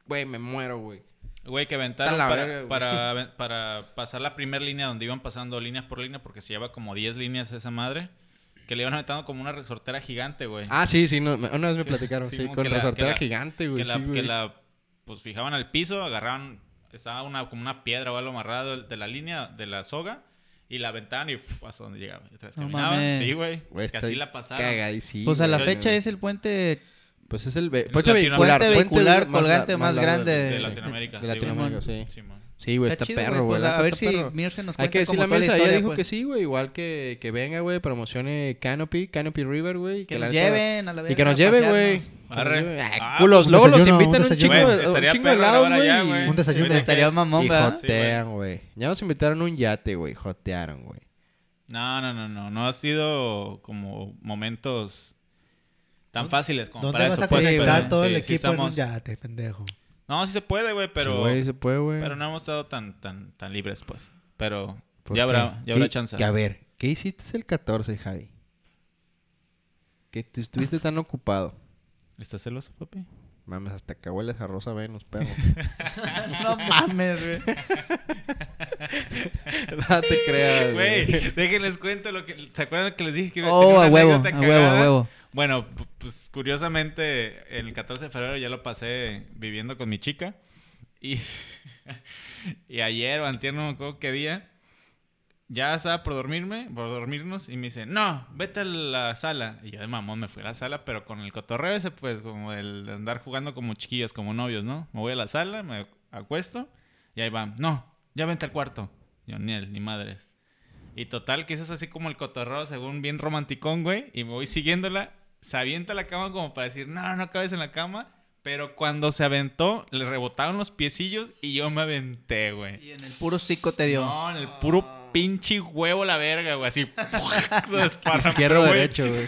A: güey, me muero, güey.
B: Güey, que aventaron
A: Está la
B: para,
A: verga, güey.
B: para, para pasar la primera línea donde iban pasando líneas por línea, porque se lleva como 10 líneas esa madre, que le iban aventando como una resortera gigante, güey.
A: Ah, sí, sí, no, me- una vez me platicaron,
B: sí,
A: sí,
B: como
A: con
B: que la-
A: resortera
B: que la-
A: gigante, güey.
B: que, la,
A: sí, güey.
B: que la, pues fijaban al piso, agarraban, estaba una, como una piedra o algo amarrado de la línea de la soga, y la aventaban y uf, hasta donde llegaba. Y otra vez
D: No
B: caminaban.
D: mames.
B: Sí, güey.
A: Güey,
B: Que
A: estoy
B: así la pasaron.
A: cagadísimo,
D: Pues a la
A: güey.
D: fecha es el puente
A: Pues es el... ve-
B: El
A: puente
B: latino-
A: vehicular.
D: puente
A: más
D: vehicular
A: lar-
D: colgante más
A: largo
D: grande
B: De
D: Sí.
B: Latinoamérica.
A: De
B: sí, güey.
A: Latinoamérica, sí.
B: Simón.
A: Sí, güey, está,
D: chido,
A: perro, güey.
D: Pues
A: la
D: a
A: neta
D: ver
A: está
D: si
A: perro.
D: Mirce nos cuenta
A: Hay que decirle
D: como
A: a
D: toda la
A: Mirza, ella
D: historia,
A: dijo que
D: pues.
A: sí, güey. Igual que, que venga, güey, promocione Canopy, Canopy River, güey.
D: Que
A: la
D: nos
A: neta-
D: lleven a la
A: Y que nos lleve, güey. Que nos
B: Arre.
A: lleve. Ah,
B: Ah,
A: culos.
C: un
A: Luego los
C: desayuno, un
A: invitan un
C: desayuno.
A: chingo,
B: Güey,
A: de- un
B: estaría
A: chingo de
B: perro
A: helados,
B: ahora ya,
A: güey.
B: güey.
A: y-
C: Un desayuno.
B: Mira,
D: Estaría
B: es-
D: mamón.
A: Y
D: Bomba.
A: jotean, güey. Ya nos invitaron un yate, güey. Jotearon, güey.
B: No, no, no, no. No ha sido como momentos tan fáciles como
C: ¿Dónde
B: para
C: vas
B: eso.
C: a
B: pues,
C: conectar
B: pero
C: todo el
B: sí, sí
C: equipo en un
B: estamos-
C: yate, pendejo?
B: No, sí se puede, güey, pero,
A: Sí, güey, se puede, güey.
B: pero no hemos estado tan, tan, tan libres, pues. Pero
A: ¿Por
B: ya
A: qué?
B: habrá, ya
A: ¿Qué-
B: habrá chance.
A: que a ver, ¿qué hiciste el 14, Javi? Que te estuviste tan ocupado.
B: ¿Estás celoso, papi?
A: Mames, hasta que hueles a Rosa Venus, perro.
D: No mames, güey.
A: no te creas,
B: Güey, déjenles cuento lo que... ¿Se acuerdan que les dije que iba a tener
D: Oh,
B: una
D: a huevo,
B: anécdota
D: a huevo, a
B: cagada?
D: huevo.
B: Bueno, pu- pues curiosamente, el 14 de febrero ya lo pasé viviendo con mi chica. Y, y ayer o antier, no me acuerdo qué día, ya estaba por dormirme, por dormirnos, y me dice, no, vete a la sala. Y yo de mamón me fui a la sala, pero con el cotorreo ese, pues, como el de andar jugando como chiquillos, como novios, ¿no? Me voy a la sala, me acuesto, y ahí va, no, ya vente al cuarto. Yo, ni él, ni madres. Y total, que eso es así como el cotorreo, según bien romanticón, güey. Y me voy siguiéndola. Se avienta a la cama como para decir, no, no cabes en la cama. Pero cuando se aventó, le rebotaron los piecillos y yo me aventé, güey.
D: Y en el puro psico te dio.
B: No, en el puro pinche huevo la verga, güey. Así, se desparramó,
A: Izquierdo
B: güey.
A: derecho, güey.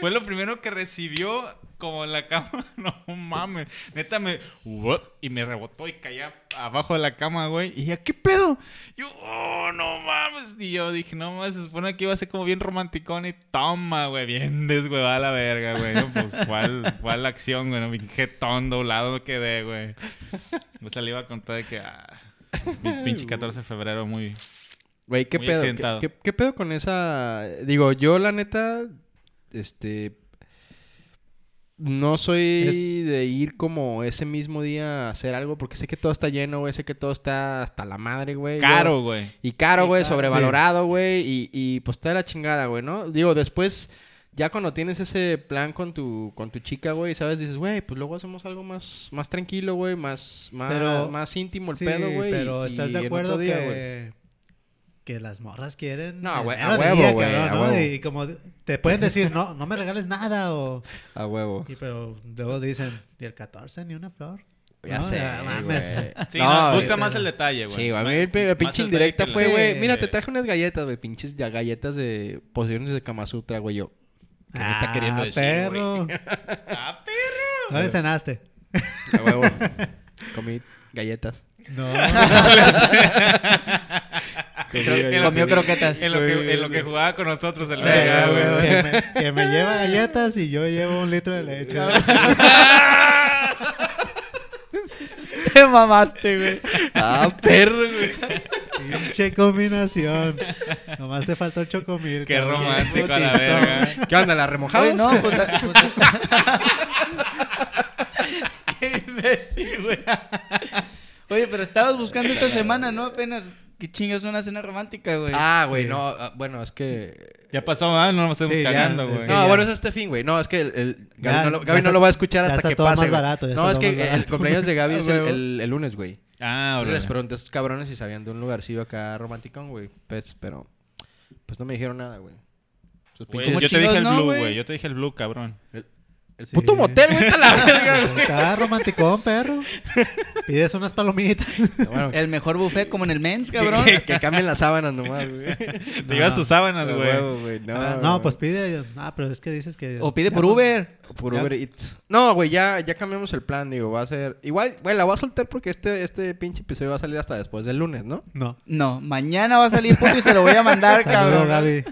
B: Fue lo primero que recibió como en la cama. No mames. Neta me. "Uop", Y me rebotó y caía abajo de la cama, güey. Y ya, ¿qué pedo? Yo, oh, no mames. Y yo dije, no mames, se supone que iba a ser como bien romanticón. Y toma, güey, bien deshuevada la verga, güey. No, pues, ¿cuál, cuál acción, güey? No, bien jetón, doblado quedé, güey. Me salí a contar de que. ah, mi pinche 14 de febrero, muy.
A: Güey, ¿qué
B: Muy
A: pedo? ¿Qué,
B: accidentado.
A: qué- qué pedo con esa...? Digo, yo la neta, este... No soy de ir como ese mismo día a hacer algo porque sé que todo está lleno, güey. Sé que todo está hasta la madre, güey. yo-
B: Caro, güey.
A: y caro,
D: Y
A: güey,
D: caro.
A: sobrevalorado, güey. Y, y pues está de la chingada, güey, ¿no? Digo, después, ya cuando tienes ese plan con tu, con tu chica, güey, sabes, dices, güey, pues luego hacemos algo más, más tranquilo, güey, más, más,
C: Pero-
A: más íntimo el
C: sí,
A: pedo, güey. y-
C: pero
A: y
C: ¿estás
A: en
C: de
A: otro
C: acuerdo
A: día, güey.
C: que, que las morras quieren?
A: No,
C: el
A: güey, a
C: mero
A: huevo,
C: día,
A: güey,
C: cabrón,
A: a
C: ¿no?
A: huevo.
C: Y como te pueden decir, no, no me regales nada o...
A: A huevo.
C: Y pero luego dicen, ¿y el 14 ni una flor?
A: Ya
C: No,
A: sé,
C: ya mames.
A: güey.
B: Sí,
A: No,
B: no,
A: güey.
B: busca más el detalle, güey.
A: Sí, güey, a mí
B: Más-
A: el- la
B: más
A: pinche
B: el
A: indirecta
B: detalle que
A: fue,
B: la-
A: güey,
C: Sí.
A: mira, te traje unas galletas, güey, pinches ya galletas de posiciones de Kama Sutra, güey, yo. ¿Qué me está queriendo decir, güey?
C: Ah, perro.
B: Ah, perro.
C: ¿Dónde cenaste?
A: A huevo. Comí galletas.
C: No.
B: En lo
D: Comió
B: que-
D: croquetas.
B: En lo que, en lo que jugaba con nosotros el verga, güey.
C: Que me- que me lleva galletas y yo llevo un litro de leche. güey.
D: Te mamaste, güey.
A: Ah, perro, güey.
C: Pinche combinación. Nomás te faltó el chocomil.
B: Qué
C: cabrón.
B: romántico a la
D: Putizón.
B: verga.
A: ¿Qué onda? ¿La remojamos?
D: Oye, no, pues... a- pues- Qué imbécil, güey. Oye, pero estabas buscando esta semana, ¿no? Apenas. Qué chingas una cena romántica, güey.
A: Ah, güey,
C: Sí.
A: no. ah, Bueno, es que.
B: Ya pasó, ah, no nos estemos
C: Sí, ya,
B: cagando,
C: es
B: güey. Ah,
C: que
A: No,
C: ya.
A: bueno, es este fin, güey. No, es que el, el- Gaby,
C: Ya,
A: no, lo,
C: ya
A: Gaby no
C: está-
A: lo va a escuchar
C: ya
A: hasta
C: está
A: que
C: todo
A: pase.
C: más
A: güey.
C: barato, ya
A: no,
C: está
A: es
C: todo
A: que
C: más
A: el
C: barato.
A: cumpleaños de Gaby es el,
D: Ah,
A: el- el lunes, güey.
B: Ah,
A: Entonces les
B: bro.
A: pregunté a estos cabrones si sabían de un lugarcillo acá romanticón, güey. Pues, pero. Pues no me dijeron nada, güey. Sus pinches-
D: ¿Cómo
B: Yo te dije el
D: chingados no,
B: blue,
D: güey?
B: güey. Yo te dije el blue, cabrón.
A: El
C: Sí.
A: puto motel, güey, está la verga, güey.
C: Está romanticón, perro. Pides unas palomitas.
A: Bueno,
D: El mejor buffet como en el men's, cabrón.
A: que, que cambien las sábanas nomás, güey.
B: Te llevas tus sábanas,
A: A
B: güey.
A: huevo, güey. No,
C: Ah, No, pues pide. Ah, pero es que dices que.
D: O pide por Uber.
A: Por
C: Ya.
A: Uber Eats. No, güey, ya, ya cambiamos el plan, digo, va a ser... Igual, güey, la voy a soltar porque este, este pinche episodio va a salir hasta después del lunes, ¿no?
C: No.
D: No, mañana va a salir puto y se lo voy a mandar,
C: Saludos,
D: cabrón.
C: Gaby.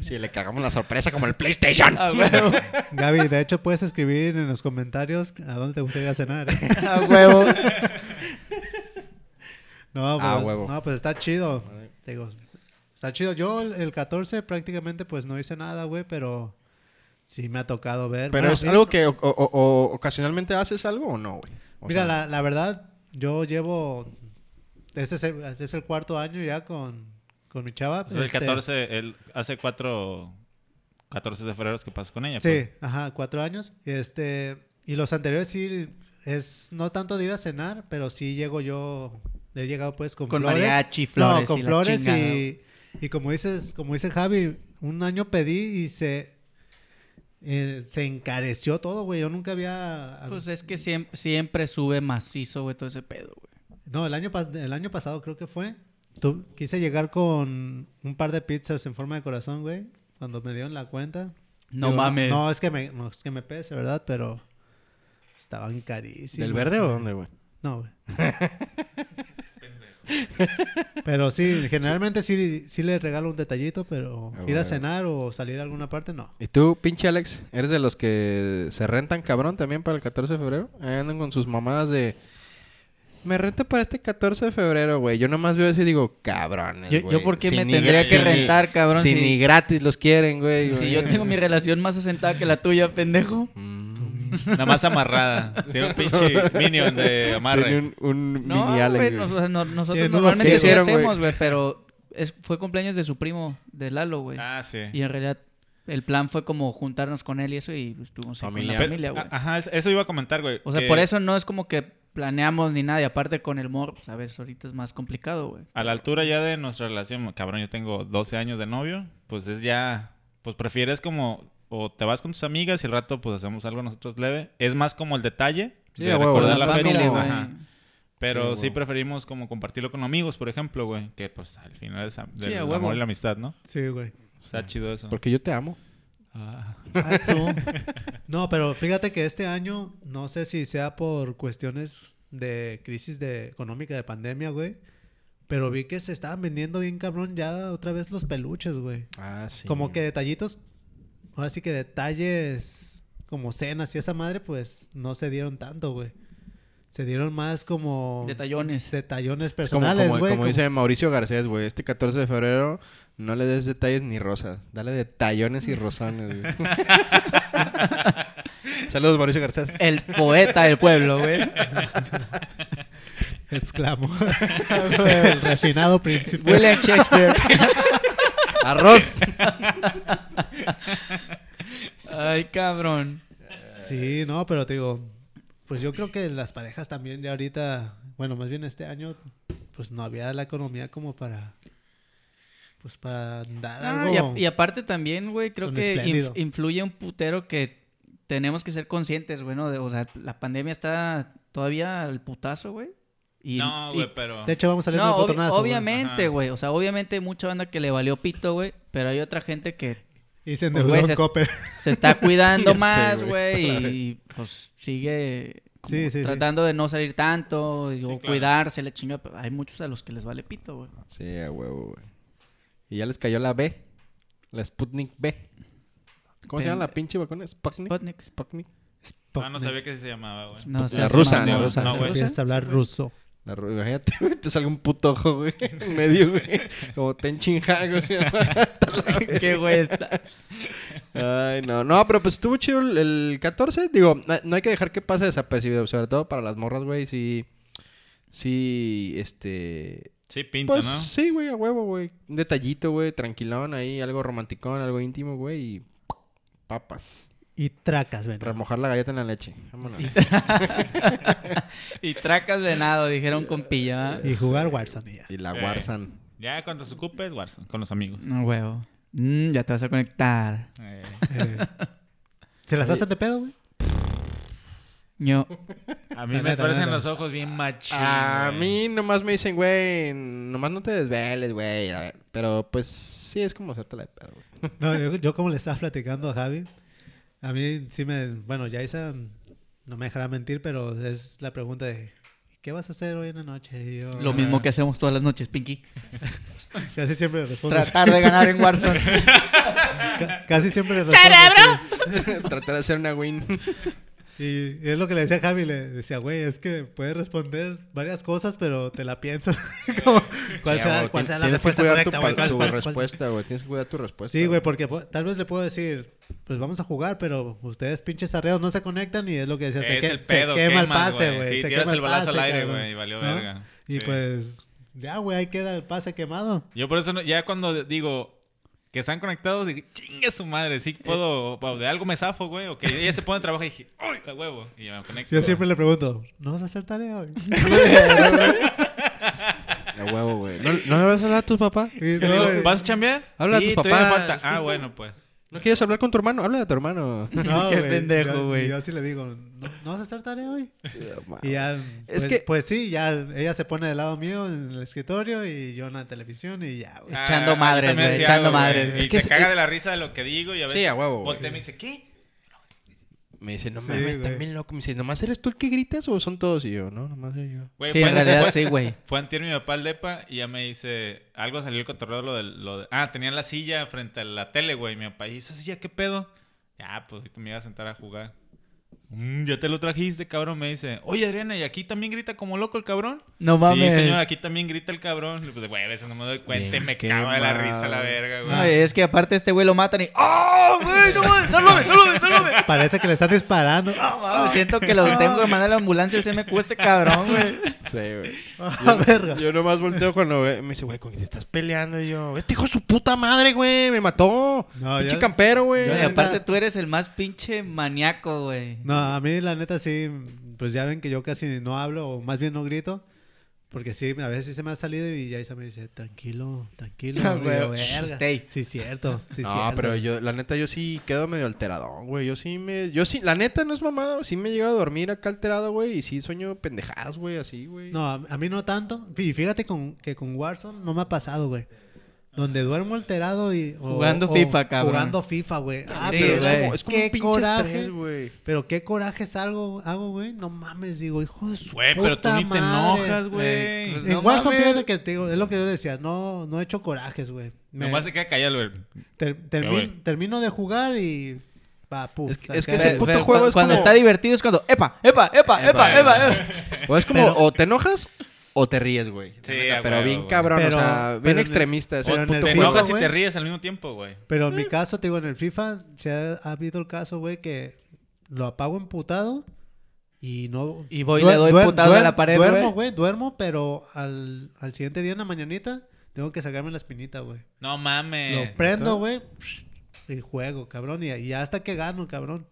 A: Si le cagamos la sorpresa como el PlayStation.
D: A huevo,
C: Gaby, de hecho, puedes escribir en los comentarios a dónde te gustaría cenar.
D: a huevo.
C: No, pues,
A: Ah, huevo.
C: no, pues está chido. Te digo, está chido. Yo el, el 14 prácticamente pues no hice nada, güey, pero sí me ha tocado ver.
A: Pero
C: Bueno,
A: es
C: mira-
A: algo que o- o- o- ocasionalmente haces algo o no, güey. O
C: Mira,
A: sea,
C: la, la verdad, yo llevo... Este es el, este es el cuarto año ya con, con mi chava.
B: O sea, el
C: este,
B: 14, el, hace 4, 14 de febrero que pasas con ella.
C: Sí,
B: pues.
C: ajá, cuatro años. Este, y los anteriores sí es no tanto de ir a cenar, pero sí llego yo, he llegado pues con,
D: Con
C: flores.
D: mariachi, flores
C: No, con
D: y la
C: flores
D: chingada.
C: y, y como dices, como dice Javi, un año pedí y se eh, se encareció todo, güey. Yo nunca había ah,
D: Pues es que siempre, siempre sube macizo, güey, todo ese pedo, güey.
C: No, el año pas- el año pasado creo que fue. Tu- quise llegar con un par de pizzas en forma de corazón, güey, cuando me dieron la cuenta.
D: No
C: Digo,
D: mames.
C: No, es que me, no, es que me pese, ¿verdad? Pero estaban carísimos.
A: ¿Del verde o dónde, güey?
C: No, güey. pero sí, generalmente sí, sí le regalo un detallito, pero
A: Ah,
C: ir
A: bueno.
C: a cenar o salir a alguna parte, no.
A: ¿Y tú, pinche Alex, eres de los que se rentan cabrón también para el 14 de febrero? Ahí Andan con sus mamadas de... Me rento para este 14 de febrero, güey. Yo nomás veo eso y digo, cabrones,
D: Yo,
A: güey.
D: yo por qué
A: Si
D: me
A: ni
D: tendría
A: gra-
D: que
A: si ni-
D: rentar, cabrón.
A: si
D: si,
A: ni gratis los quieren, güey.
D: si
A: güey.
D: yo tengo mi relación más asentada que la tuya, pendejo.
A: Mm.
B: pues. Nada más amarrada. Tiene un pinche minion de
A: Tiene
B: amarre.
A: un, un
D: No,
A: mini Allen,
D: güey,
A: güey.
D: nos- o sea, no- nosotros
C: Tiene nudos
D: normalmente sí
A: hicieron, güey.
D: hacemos, güey, pero es- fue cumpleaños de su primo, de Lalo, güey.
B: Ah, sí.
D: Y en realidad el plan fue como juntarnos con él y eso y estuvimos ahí con la
A: Familiar. Ah,
B: Pero-
D: familia, güey.
B: a- Ajá, es- eso iba a comentar, güey.
D: O sea,
B: que
D: por eso no es como que planeamos ni nada. Y aparte con el mor, pues a veces ahorita es más complicado, güey.
B: A la altura ya de nuestra relación, cabrón, yo tengo 12 años de novio. Pues es ya. Pues prefieres como. O te vas con tus amigas y el rato, pues hacemos algo nosotros leve. Es más como el detalle.
A: Sí,
B: de
A: a huevo,
B: recordar
A: la
B: la fecha.
A: familia,
D: güey.
B: ajá. Pero
A: Sí,
B: sí,
A: huevo.
B: preferimos como compartirlo con amigos, por ejemplo, güey. Que pues al final es am-
D: Sí,
B: del
D: a huevo.
B: amor y la amistad, ¿no?
C: Sí, güey.
B: Está chido eso.
A: Porque yo te amo.
B: Ah.
D: Ah, tú.
C: No, pero fíjate que este año, no sé si sea por cuestiones de crisis de, económica de pandemia, güey. Pero vi que se estaban vendiendo bien cabrón ya otra vez los peluches, güey.
A: Ah, sí.
C: Como que detallitos, ahora sí que detalles como cenas y esa madre, pues no se dieron tanto, güey. Se dieron más como
D: Detallones.
C: detallones
A: Es como,
C: personales,
A: como-
C: güey.
A: como dice Mauricio Garcés, güey. Este 14 de febrero no le des detalles ni rosas. Dale detallones y rosones, güey. Saludos, Mauricio Garcés.
D: El poeta del pueblo, güey.
C: Exclamó. El refinado príncipe.
D: William Shakespeare.
A: ¡Arroz!
D: Ay, cabrón.
C: Sí, no, pero te digo, pues yo creo que las parejas también ya ahorita, bueno, más bien este año, pues no había la economía como para, pues para dar
D: Ah, y,
C: algo.
D: a- y aparte también, güey, creo
C: Un
D: que
C: espléndido.
D: inf- influye un putero que tenemos que ser conscientes, güey, ¿no? De- o sea, la pandemia está todavía al putazo, güey. Y,
B: No,
D: y-
B: güey, pero.
C: De hecho, vamos saliendo
D: No,
C: del
D: obvi-
C: botonazo. güey.
D: obviamente,
B: Ajá.
D: güey. O sea, obviamente hay mucha banda que le valió pito, güey. Pero hay otra gente que
C: Y se
D: Pues,
C: endeudó
D: güey,
C: en
D: se-
C: Coppel.
D: se está cuidando
A: Ya sé,
D: más,
A: güey.
D: güey.
A: Claro.
D: Y pues sigue como
C: Sí, sí, sí.
D: tratando de no salir tanto. y- o
B: claro.
D: cuidarse, la chinga. pero Hay muchos a los que les vale pito, güey.
A: Sí, a huevo, güey. Y ya les cayó la B. La Sputnik B. ¿Cómo se
D: Pen-
A: llama la pinche vacuna? Sputnik.
D: Sputnik.
A: Sputnik.
B: Ah, no sabía que se llamaba, güey.
D: No, sé,
A: La
D: se
A: rusa,
D: llama-
A: la rusa.
B: No, güey.
C: Empiezas a hablar ruso.
A: La ru- Imagínate, güey, te salga un puto ojo, güey. En medio, güey. Como ten chinjago.
D: Qué güey está.
A: Ay, no. No, pero pues estuvo chido el, el 14. Digo, na- no hay que dejar que pase desapercibido. Sobre todo para las morras, güey. Sí. Sí, este.
B: Sí, pinta,
A: Pues
B: ¿no?
A: sí, güey, a huevo, güey. Un detallito, güey, tranquilón ahí, algo romanticón, algo íntimo, güey, y papas.
C: Y tracas, ven.
A: Remojar la galleta en la leche. Vámonos.
D: Y tracas venado, dijeron con pilla. ¿verdad?
C: Y jugar Warzone y ya.
A: Y la
B: Eh.
A: Warzone.
B: Ya cuando se ocupes, Warzone, con los amigos.
D: No, huevo. Mm, ya te vas a conectar.
B: Eh,
C: Eh, ¿Se las hacen de pedo, güey?
D: Yo.
B: a mí
C: La
B: me
C: neta,
B: tuercen
C: la
B: los ojos bien machín.
A: A
B: güey.
A: mí nomás me dicen, güey, nomás no te desveles, güey. a ver, Pero pues sí es como hacerte la de pedo, güey.
C: No, yo, yo como le estaba platicando a Javi, a mí sí me... Bueno, ya esa... No me dejará mentir, pero es la pregunta de... ¿Qué vas a hacer hoy en la noche? Y yo,
D: Lo mismo que hacemos todas las noches, Pinky.
C: Casi siempre le respondo.
D: Tratar de ganar en Warzone.
C: ca- casi siempre le respondo. que-
A: Tratar de hacer una win.
C: Y, y es lo que le decía a Javi, le decía, güey, es que puedes responder varias cosas, pero te la piensas. Como, ¿Cuál
A: Sí,
C: será,
A: güey,
C: cuál
A: tien-
C: será la
A: tienes que
C: respuesta
A: cuidar tu
C: correcta,
A: pa-
C: güey? ¿Cuál-
A: tu
C: cuál- cuál-
A: respuesta, güey. Tienes que cuidar tu respuesta.
C: Sí, güey, porque po- tal vez le puedo decir, pues vamos a jugar, pero ustedes pinches arreos no se conectan y es lo que decía, se,
B: Es
C: que-
B: el
C: se
B: pedo,
C: quema el
B: quemas,
C: pase,
B: güey.
C: güey.
B: Sí,
C: se
B: tiras
C: quema
B: el balazo al
C: pase,
B: aire,
C: cabrón.
B: güey, y valió
C: ¿No?
B: verga.
C: Y
B: Sí.
C: pues, ya, güey, ahí queda el pase quemado.
B: Yo por eso, no- ya cuando digo que están conectados, digo, chingue su madre, sí puedo, o de algo me zafo, güey, o que ella se pone a trabajar y dije, ¡ay, a huevo! Y ya me conecto.
C: Yo siempre le pregunto, ¿no vas a hacer tarea hoy?
A: A huevo, güey. ¿No, ¿No le vas a hablar a tus papás?
C: Y
B: Yo
C: no,
B: le
C: güey.
B: digo, ¿vas a chambear?
A: Habla a
B: sí,
A: tus
B: todavía
A: papás.
B: falta. Ah, bueno, pues.
A: ¿No quieres hablar con tu hermano? Habla a tu hermano.
C: No,
D: Qué
C: güey,
D: pendejo,
C: yo-
D: güey.
C: Yo así le digo, ¿no, no vas a hacer tarea hoy? Y ya,
A: Es
C: es
A: que-
C: que... pues sí, ya ella se pone del lado mío en el escritorio y yo en la televisión y ya, güey.
D: Echando
B: Ah, yo
D: madres,
B: también
D: güey,
B: sí
D: echando
B: hago, güey.
D: madres,
B: Y
D: güey. Es que es-
B: se
C: eh,
B: caga de la risa de lo que digo y a veces.
A: Sí, a huevo, güey.
B: Voltea y me dice, ¿qué?
A: Me dice, no
C: Sí,
A: mames,
C: güey.
A: también loco. Me dice, ¿nomás eres tú el que gritas o son todos? Y yo, no, nomás soy yo.
B: Güey, pues,
D: Sí,
B: fue
D: en realidad
B: fue-
D: sí, güey.
B: Fue antier mi papá al depa y ya me dice... Algo salió el cotorreo lo del... Lo de- ah, tenían la silla frente a la tele, güey. Mi papá, ¿y esa silla qué pedo? Ya, pues ahorita me iba a sentar a jugar. "Mm, ya te lo trajiste, cabrón. Me dice, oye, Adriana, ¿y aquí también grita como loco el cabrón?
D: No mames.
B: Sí, señor, aquí también grita el cabrón. Y Pues, güey, a veces no me doy cuenta y
A: Bien
B: me cago de la
A: quemado.
B: risa la verga, güey.
D: No, es que aparte este güey lo matan y. ¡Oh, güey! ¡No mames! ¡Sálvame, sálvame, sálvame!
C: Parece que le están disparando.
D: Ah, Siento que lo tengo que mandar a la ambulancia. El CMQ este cabrón, güey.
A: Sí, güey.
C: Ah, verga.
A: Yo nomás volteo cuando ve- me dice, güey, ¿con quién te estás peleando? Y yo, este hijo de su puta madre, güey, me mató.
C: No,
A: Pinche
C: yo-
A: campero, güey.
C: yo
D: No, y
C: la neta-
D: aparte tú eres el más pinche maníaco, güey.
C: No, a mí la neta sí, pues ya ven que yo casi no hablo, o más bien no grito, porque sí, a veces sí se me ha salido y ya Isa me dice, tranquilo, tranquilo.
D: Ah,
C: Y yo,
D: güey,
C: "Verga".
D: stay.
C: Sí, cierto, sí,
A: no,
C: cierto.
A: pero yo, la neta, yo sí quedo medio alteradón, güey. Yo sí me. Yo sí, la neta, no es mamada. Sí me llego a dormir acá alterado, güey. Y sí sueño pendejadas, güey, así, güey.
C: No, a, a mí no tanto. Fí- Fíjate con, que con Warzone no me ha pasado, güey. Donde duermo alterado y... o-
D: Jugando
C: o
D: FIFA, cabrón.
C: Jugando FIFA, güey. Ah,
D: Sí,
C: pero
A: es
D: güey.
A: como, es como un
C: qué
A: pinche
C: coraje.
A: estrés, güey.
C: Pero qué coraje salgo, hago, güey. No mames, digo, hijo de su
B: Güey, pero tú
C: puta
B: ni te
C: madre.
B: enojas, güey.
D: Eh, pues,
C: En
D: No
C: Warzone,
D: mames.
C: fíjate que te digo, es lo que yo decía. No, no he hecho corajes, güey. Me-
B: Nomás se queda callado, güey.
C: ter- termi-
B: güey.
C: termino de jugar y... Va, puf.
A: Es que- es que
D: Pero-
A: ese
C: saqué-
A: puto
D: pero
A: juego
D: cu-
A: es
D: Cuando
A: como-
D: está divertido es cuando. ¡Epa, epa, epa, epa,
A: Epa,
D: epa! epa.
A: O es como,
C: Pero-
A: o te enojas o te ríes, güey. La
B: Sí,
A: neta,
B: a
A: pero
B: huevo,
A: bien
B: güey.
A: cabrón,
C: Pero-
A: o sea, bien
C: pero en el-
A: extremista. ese
C: pero en
A: puto
C: el
B: Te
A: juego.
C: juego,
B: enojas y
C: güey.
B: te ríes al mismo tiempo, güey.
C: Pero en mi caso, te digo, en el FIFA se ha, ha habido el caso, güey, que lo apago emputado y no...
D: Y voy y
C: Duer-
D: le doy
C: duer-
D: putado
C: duer-
D: a la pared,
C: Duermo,
D: güey.
C: güey, duermo, pero al, al siguiente día en la mañanita tengo que sacarme la espinita, güey.
B: No mames.
C: Lo prendo, güey, y juego, cabrón, y, y hasta que gano, cabrón.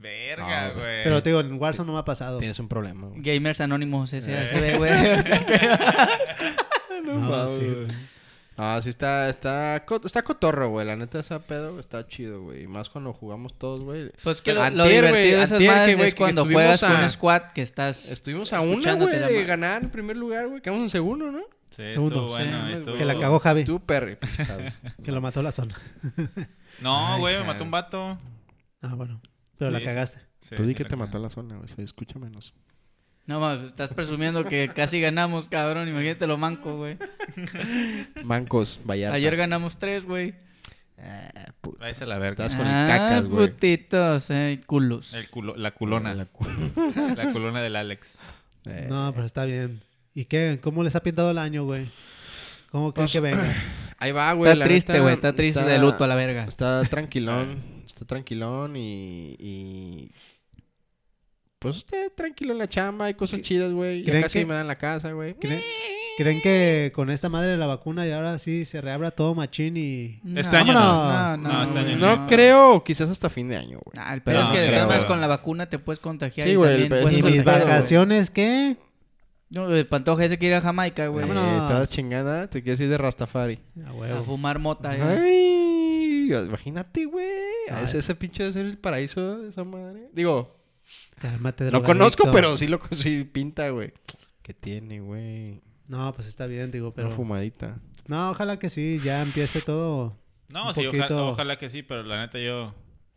B: Verga,
A: No, pues,
B: güey.
C: Pero te digo, en Warzone no me ha pasado.
A: Tienes un problema, güey.
D: Gamers Anónimos, ese
B: Eh.
D: ese, güey. O sea que-
C: No, sí, güey.
A: Ah, sí está, está, co- está cotorro, güey. La neta, esa pedo güey, está chido, güey. Más cuando jugamos todos, güey.
D: Pues que lo, lo
A: Antier, güey,
D: divertido de esas
A: antier que,
D: madres
A: güey,
D: es
A: que
D: cuando
A: estuvimos
D: juegas
A: a-
D: un squad que estás.
A: Estuvimos a una, güey,
D: escuchándote la
A: de
D: ma-
A: ganar en primer lugar, güey. Quedamos en segundo, ¿no?
B: Sí,
C: Segundo.
B: estuvo bueno,
D: Sí,
B: estuvo-
C: Que la cagó Javi,
A: Tú, Perry.
C: que lo mató la zona.
B: No,
A: Ay,
B: güey, me
A: Javi.
B: mató un vato.
C: Ah, bueno, pero
B: Sí,
C: la
B: sí.
C: cagaste.
B: Sí,
A: Tú di
B: sí
A: que
B: la
A: te
B: cagó.
A: mató la zona, güey. Se escucha menos.
D: No mames, estás presumiendo que casi ganamos, cabrón. Imagínate lo manco, güey.
A: Mancos, Vallarta.
D: Ayer ganamos tres, güey. Ah,
A: Ah, puta.
B: Váyase a la verga.
A: Estás con el cacas, güey.
D: putitos, eh, culos.
B: El culo- la culona.
A: La
B: La,
A: cu-
B: culona del Alex.
A: Eh,
C: No, pero está bien. ¿Y qué? ¿Cómo les ha pintado el año, güey? ¿Cómo creen
A: Pues,
C: que venga?
A: Ahí va, güey.
D: Está
A: la
D: triste,
A: neta,
D: güey. Está triste de luto a la verga.
A: Está
D: Ah.
A: tranquilón. está tranquilón y, y- Pues usted tranquilo en la chamba. Hay cosas chidas, güey. Ya
C: creen
A: casi
C: que-
A: me dan la casa, güey.
C: ¿Creen, creen que con esta madre de la vacuna y ahora sí se reabra todo machín y...
B: Este año no.
D: no. No,
C: Vámonos.
D: no,
B: No, este
D: güey,
B: año
A: No creo, quizás hasta fin de año, güey.
D: Ah, el pedo
A: No,
D: es que de
A: creo,
D: todas maneras
B: güey.
D: con la vacuna te puedes contagiar
A: Sí,
D: y
A: güey, el
D: también
A: pedo
D: puedes
A: es
C: ¿Y pues, mis
A: Pero,
D: contagiar, güey.
C: vacaciones qué?
D: No, el pantoja ese quiere ir a Jamaica, güey.
A: Eh,
C: Vámonos.
A: toda chingada, te quieres ir de Rastafari.
C: A
D: A
C: huevo.
D: fumar mota, eh.
A: Ay, imagínate, güey.
C: Ay.
A: Ese, ese pinche debe ser el paraíso de esa madre. Digo,
C: Cálmate,
A: lo
C: drogadicto.
A: conozco, pero sí lo sí pinta, güey. ¿Qué tiene, güey?
C: No, pues está bien, digo,
A: Una
C: pero...
A: fumadita.
C: No, ojalá que sí, ya empiece todo.
B: No,
C: Un
B: sí, oja-
C: poquito.
B: ojalá que sí, pero la neta yo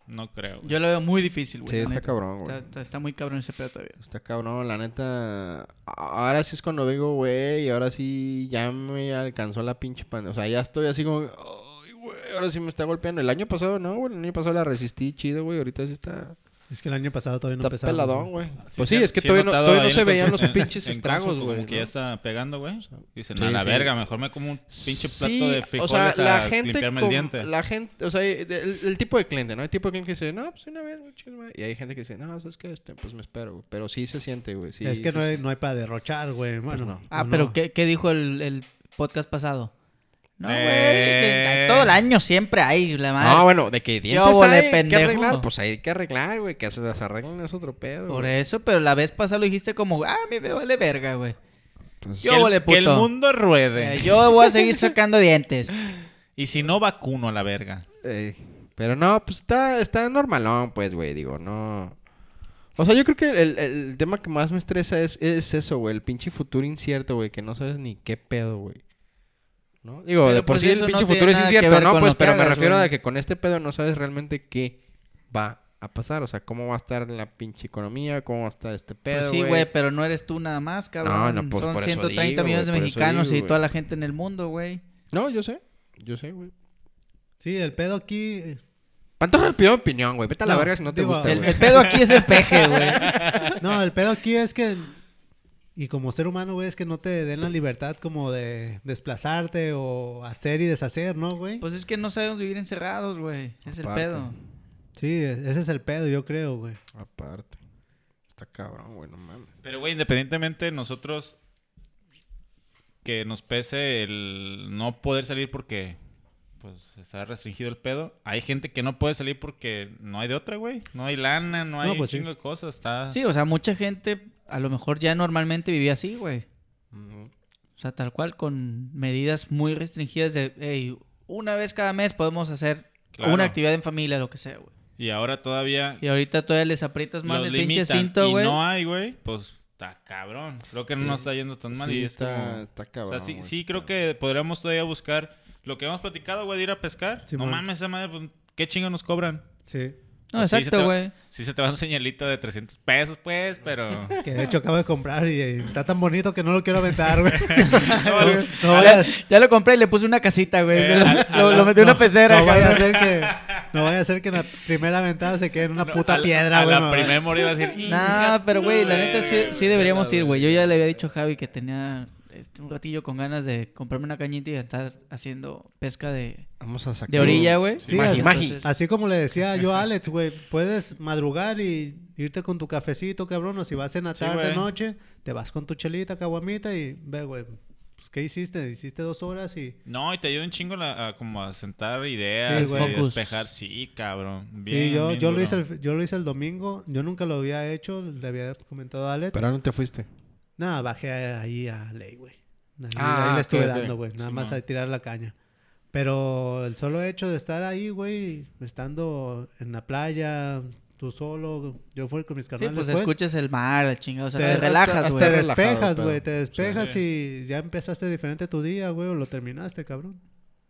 B: no creo. güey.
D: Yo lo veo muy difícil, güey.
A: Sí,
D: la
A: está
D: neta.
A: cabrón, güey.
D: Está, está- está muy cabrón ese pedo todavía.
A: Está cabrón, la neta. Ahora sí es cuando vengo, güey. Y ahora sí ya me alcanzó la pinche pan. O sea, ya estoy así como. Ay, güey. Ahora sí me está golpeando. El año pasado no, güey. El año pasado la resistí chido, güey. Ahorita sí está.
C: Es que el año pasado todavía no
A: Está
C: empezaba.
A: peladón, güey.
B: Ah, Sí,
A: Pues sí,
B: he-
A: es que
B: he
A: todavía no,
B: notado
A: todavía
B: ahí
A: no
B: en
A: se
B: el
A: veían los
B: consu- en-
A: pinches
B: en
A: estragos,
B: Consu,
A: güey.
B: Como que
A: ¿no?
B: ya está pegando, güey. Dicen,
A: Sí,
B: a la
A: sí.
B: verga, mejor me como un pinche plato
A: Sí,
B: de frijoles a limpiarme el
A: con-
B: diente.
A: La gente, o sea, el, el tipo de cliente, ¿no? Hay tipo de cliente que dice, no, pues una vez, güey, chingue su madre". Y hay gente que dice, no, es que este, pues me espero, güey. Pero sí se siente, güey. Sí,
C: es que
A: sí
C: no,
A: se-
C: hay, no hay para derrochar, güey. Bueno,
A: no.
D: Ah,
C: o
D: pero
C: no.
D: ¿qué, qué dijo el, el podcast pasado? No, güey.
B: Eh.
D: que- Todo el año siempre hay, la madre.
A: No, bueno, de que dientes
D: hubo de
A: hay que
D: pendejo?
A: arreglar, pues hay que arreglar, güey, que se desarreglen es otro pedo.
D: Por e-,
A: güey.
D: eso, pero la vez pasada lo dijiste como, ah, me vale verga, güey.
A: Entonces,
D: Yo- vole,
B: que el
D: puto.
B: mundo ruede.
D: Eh, yo voy a seguir sacando dientes.
B: Y si no, vacuno a la verga.
A: eh, pero no, pues está, está normalón, pues, güey, digo, no. O sea, yo creo que el, el tema que más me estresa es, es eso, güey, el pinche futuro incierto, güey, que no sabes ni qué pedo, güey. ¿No? Digo,
D: Pero
A: de por
D: pues
A: sí el
D: eso no
A: pinche
D: tiene
A: futuro es
D: nada que
A: incierto,
D: ver
A: ¿no?
D: con
A: Pues,
D: lo que
A: pero me
D: hagas,
A: refiero a
D: güey.
A: que con este pedo no sabes realmente qué va a pasar, o sea, cómo va a estar la pinche economía, cómo va a estar este pedo,
D: Pues sí, güey, pero no eres tú nada más, cabrón.
A: No, no, pues,
D: Son
A: por eso
D: 130
A: digo,
D: millones de
A: güey, por eso
D: mexicanos
A: digo,
D: y
A: güey.
D: toda la gente en el mundo, güey.
A: No, yo sé, yo sé, güey.
C: Sí, el pedo aquí... eh,
A: Pantoja pidió opinión, güey. Vete a la
C: No,
A: verga si no te
C: digo,
A: gusta,
D: El,
A: güey.
D: el pedo aquí es el peje, güey.
C: No, el pedo aquí es que... Y como ser humano, güey, es que no te den la libertad como de desplazarte o hacer y deshacer, ¿no, güey?
D: Pues es que no sabemos vivir encerrados, güey. Es el
A: Aparte.
D: pedo.
C: Sí, ese es el pedo, yo creo, güey.
A: Aparte. Está cabrón, güey, no mames.
B: Pero, güey, independientemente de nosotros que nos pese el no poder salir porque pues está restringido el pedo. Hay gente que no puede salir porque no hay de otra, güey. No hay lana, no hay
C: No,
B: un
C: pues sí.
B: chingo de cosas. Está...
D: Sí, o sea, mucha gente a lo mejor ya normalmente vivía así, güey. O sea, tal cual, con medidas muy restringidas de, hey, una vez cada mes podemos hacer
B: Claro.
D: una actividad en familia, lo que sea, güey.
B: Y ahora todavía
D: Y ahorita todavía les aprietas más
B: los
D: el pinche
B: limitan
D: cinto,
B: y
D: güey.
B: no hay, güey. Pues está cabrón. Creo que no nos está yendo tan mal.
A: Sí,
B: y es
A: está,
B: como-
A: está
B: O
A: cabrón.
B: sea, sí,
A: güey,
B: sí
A: está-
B: creo que podríamos todavía buscar lo que hemos platicado, güey, de ir a pescar. no
C: Simón.
B: mames, esa madre, pues, ¿qué chingo nos cobran?
C: Sí.
D: No,
B: Pues sí, se te
D: exacto,
B: va-
D: güey.
B: Sí se te va un señalito de 300 pesos, pues, pero...
C: Que de hecho acabo de comprar y, y está tan bonito que no lo quiero aventar, güey.
B: No,
C: No vaya-
D: Ya, ya lo compré y le puse una casita, güey.
B: Eh, al-
D: lo,
B: al-
D: lo metí en
C: no-
D: una pecera.
C: No vaya
D: cabrón.
C: a ser que, no vaya a ser que en la primera ventada se quede en una
B: no,
C: puta
B: a la-
C: piedra, güey.
B: A
C: no,
B: la
C: güey.
B: primera morir iba a decir...
D: Nah, pero güey, la
B: "Ingato,
D: neta sí,
B: güey".
D: sí deberíamos ir, güey. Yo ya le había dicho a Javi que tenía este, un ratillo con ganas de comprarme una cañita y estar haciendo pesca de,
A: Vamos a sacar.
D: de orilla, güey.
C: Sí,
A: magi,
C: así-
A: magi.
D: entonces-
C: Así como le decía yo a Alex, güey, puedes madrugar y irte con tu cafecito, cabrón, o si vas en la
B: Sí,
C: tarde,
B: güey.
C: noche, te vas con tu chelita, caguamita y ve, güey, pues, ¿qué hiciste? Hiciste dos horas y...
B: No, y te ayuda un chingo la- a, como a sentar ideas
C: Sí,
B: y
C: güey.
D: Focus.
B: despejar. Sí, cabrón.
C: sí,
B: Bien,
C: yo,
B: bien
C: yo, lo
B: duro.
C: hice el, yo lo hice el domingo, yo nunca lo había hecho, le había comentado a Alex.
A: Pero ahora no te fuiste.
C: Nada, bajé ahí a Ley, güey. Ahí,
A: Ah,
C: ahí le
A: ok,
C: estuve
A: ok.
C: dando, güey. Nada
B: Sí,
C: más
B: no.
C: a tirar la caña. Pero el solo hecho de estar ahí, güey, estando en la playa, tú solo, yo fui con mis
D: Sí,
C: carnales.
D: pues
C: pues,
D: escuchas el mar, el chingado. O sea,
C: Te-
D: te relajas,
A: hasta-
C: Te
D: güey.
A: hasta- relajado,
C: despejas,
A: pero-
C: güey, te despejas
B: Sí,
C: y ya empezaste diferente tu día, güey, o lo terminaste, cabrón.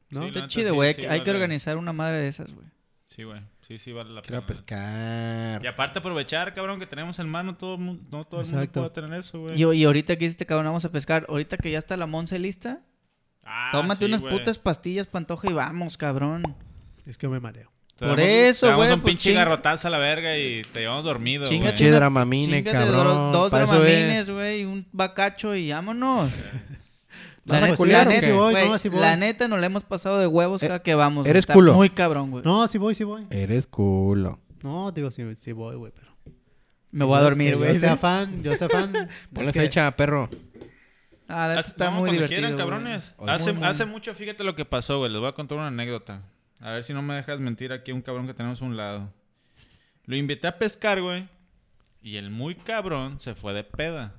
C: ¿No?
B: Sí, la
D: Está
B: neta,
D: chido, güey.
B: sí,
D: hay que
B: vale.
D: organizar una madre de esas, güey.
B: Sí, güey. Sí, sí, vale la
A: Quiero
B: pena.
A: pescar.
B: Y aparte aprovechar, cabrón, que tenemos en mano todo, el mun- no todo el mundo
C: Exacto.
B: puede tener eso, güey.
D: Y, y ahorita que hiciste, cabrón, vamos a pescar. Ahorita que ya está la Monse lista,
B: Ah,
D: tómate
B: sí,
D: unas
B: güey.
D: putas pastillas, pantoja y vamos, cabrón.
C: Es que me mareo.
B: Te
D: Por
B: damos un-
D: eso,
B: Te damos
D: güey,
B: un
D: pues,
B: pinche
D: chinga-
B: garrotazo a la verga y te llevamos dormido,
D: Chinga,
B: güey.
A: Che,
D: chinga-
A: dramamine,
D: Chingate de
A: cabrón.
D: dro- dos
A: Para eso es.
D: dramamines, güey, un bacacho y vámonos.
A: ¿Vas a
D: neta-
A: culear o
D: neta,
A: qué?
C: Voy, no,
D: güey,
C: sí voy.
D: la neta, nos la hemos pasado de huevos
A: Eh,
D: cada que vamos. güey.
A: eres
D: Está
A: culo.
D: Muy cabrón, güey.
C: No, sí voy, sí voy.
A: Eres culo.
C: No, digo, sí, sí voy, güey, pero...
D: Me voy a
C: Yo-
D: dormir,
C: que
D: güey.
C: Yo sea fan, yo sea fan.
A: Ponle
C: es que-
A: fecha, perro.
D: Ah, la neta
B: Haz-
D: está
B: no,
D: muy
B: cuando
D: divertido.
B: quieran,
D: güey.
B: cabrones.
A: Oye,
B: Hace,
D: muy, muy.
B: hace mucho, fíjate lo que pasó, güey. Les voy a contar una anécdota. A ver si no me dejas mentir aquí a un cabrón que tenemos a un lado. Lo invité a pescar, güey. Y el muy cabrón se fue de peda.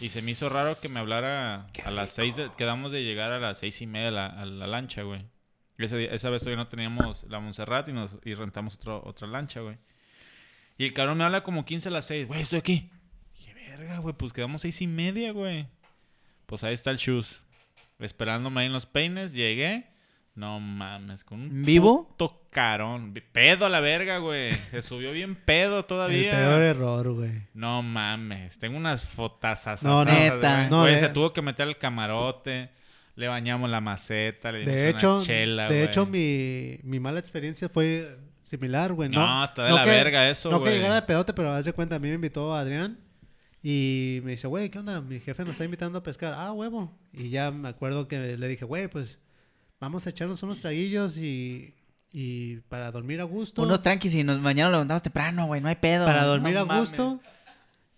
B: Y se me hizo raro que me hablara a las seis. de- quedamos de llegar a las seis y media a la, a la lancha, güey. Ese día- esa vez todavía no teníamos la Montserrat y, nos, y rentamos otro, otra lancha, güey. Y el cabrón me habla como 15 a las 6. Güey, estoy aquí. Dije, verga, güey, pues quedamos seis y media, güey. Pues ahí está el shoes. Esperándome ahí en los peines, llegué. No mames, con un
D: ¿Vivo?
B: puto carón. Pedo a la verga, güey. Se subió bien pedo
C: El
B: todavía.
C: peor error, güey.
B: No mames, tengo unas fotas
C: No, no.
D: Neta.
C: No,
B: güey,
C: de-
B: se tuvo que meter al camarote, le bañamos la maceta, le dimos
C: De
B: una
C: hecho,
B: chela,
C: de
B: güey.
C: hecho mi, mi mala experiencia fue similar, güey. No,
B: No, está de la verga eso,
C: No
B: güey.
C: que llegara de pedote, pero haz de cuenta, a mí me invitó Adrián y me dice, güey, ¿qué onda? Mi jefe nos está invitando a pescar. Ah, huevo. Y ya me acuerdo que le dije, güey, pues vamos a echarnos unos traguillos y, y para dormir a gusto.
D: Unos tranquis y nos mañana nos levantamos temprano, güey. No hay pedo.
C: para
D: No
C: dormir a
D: mames.
C: gusto.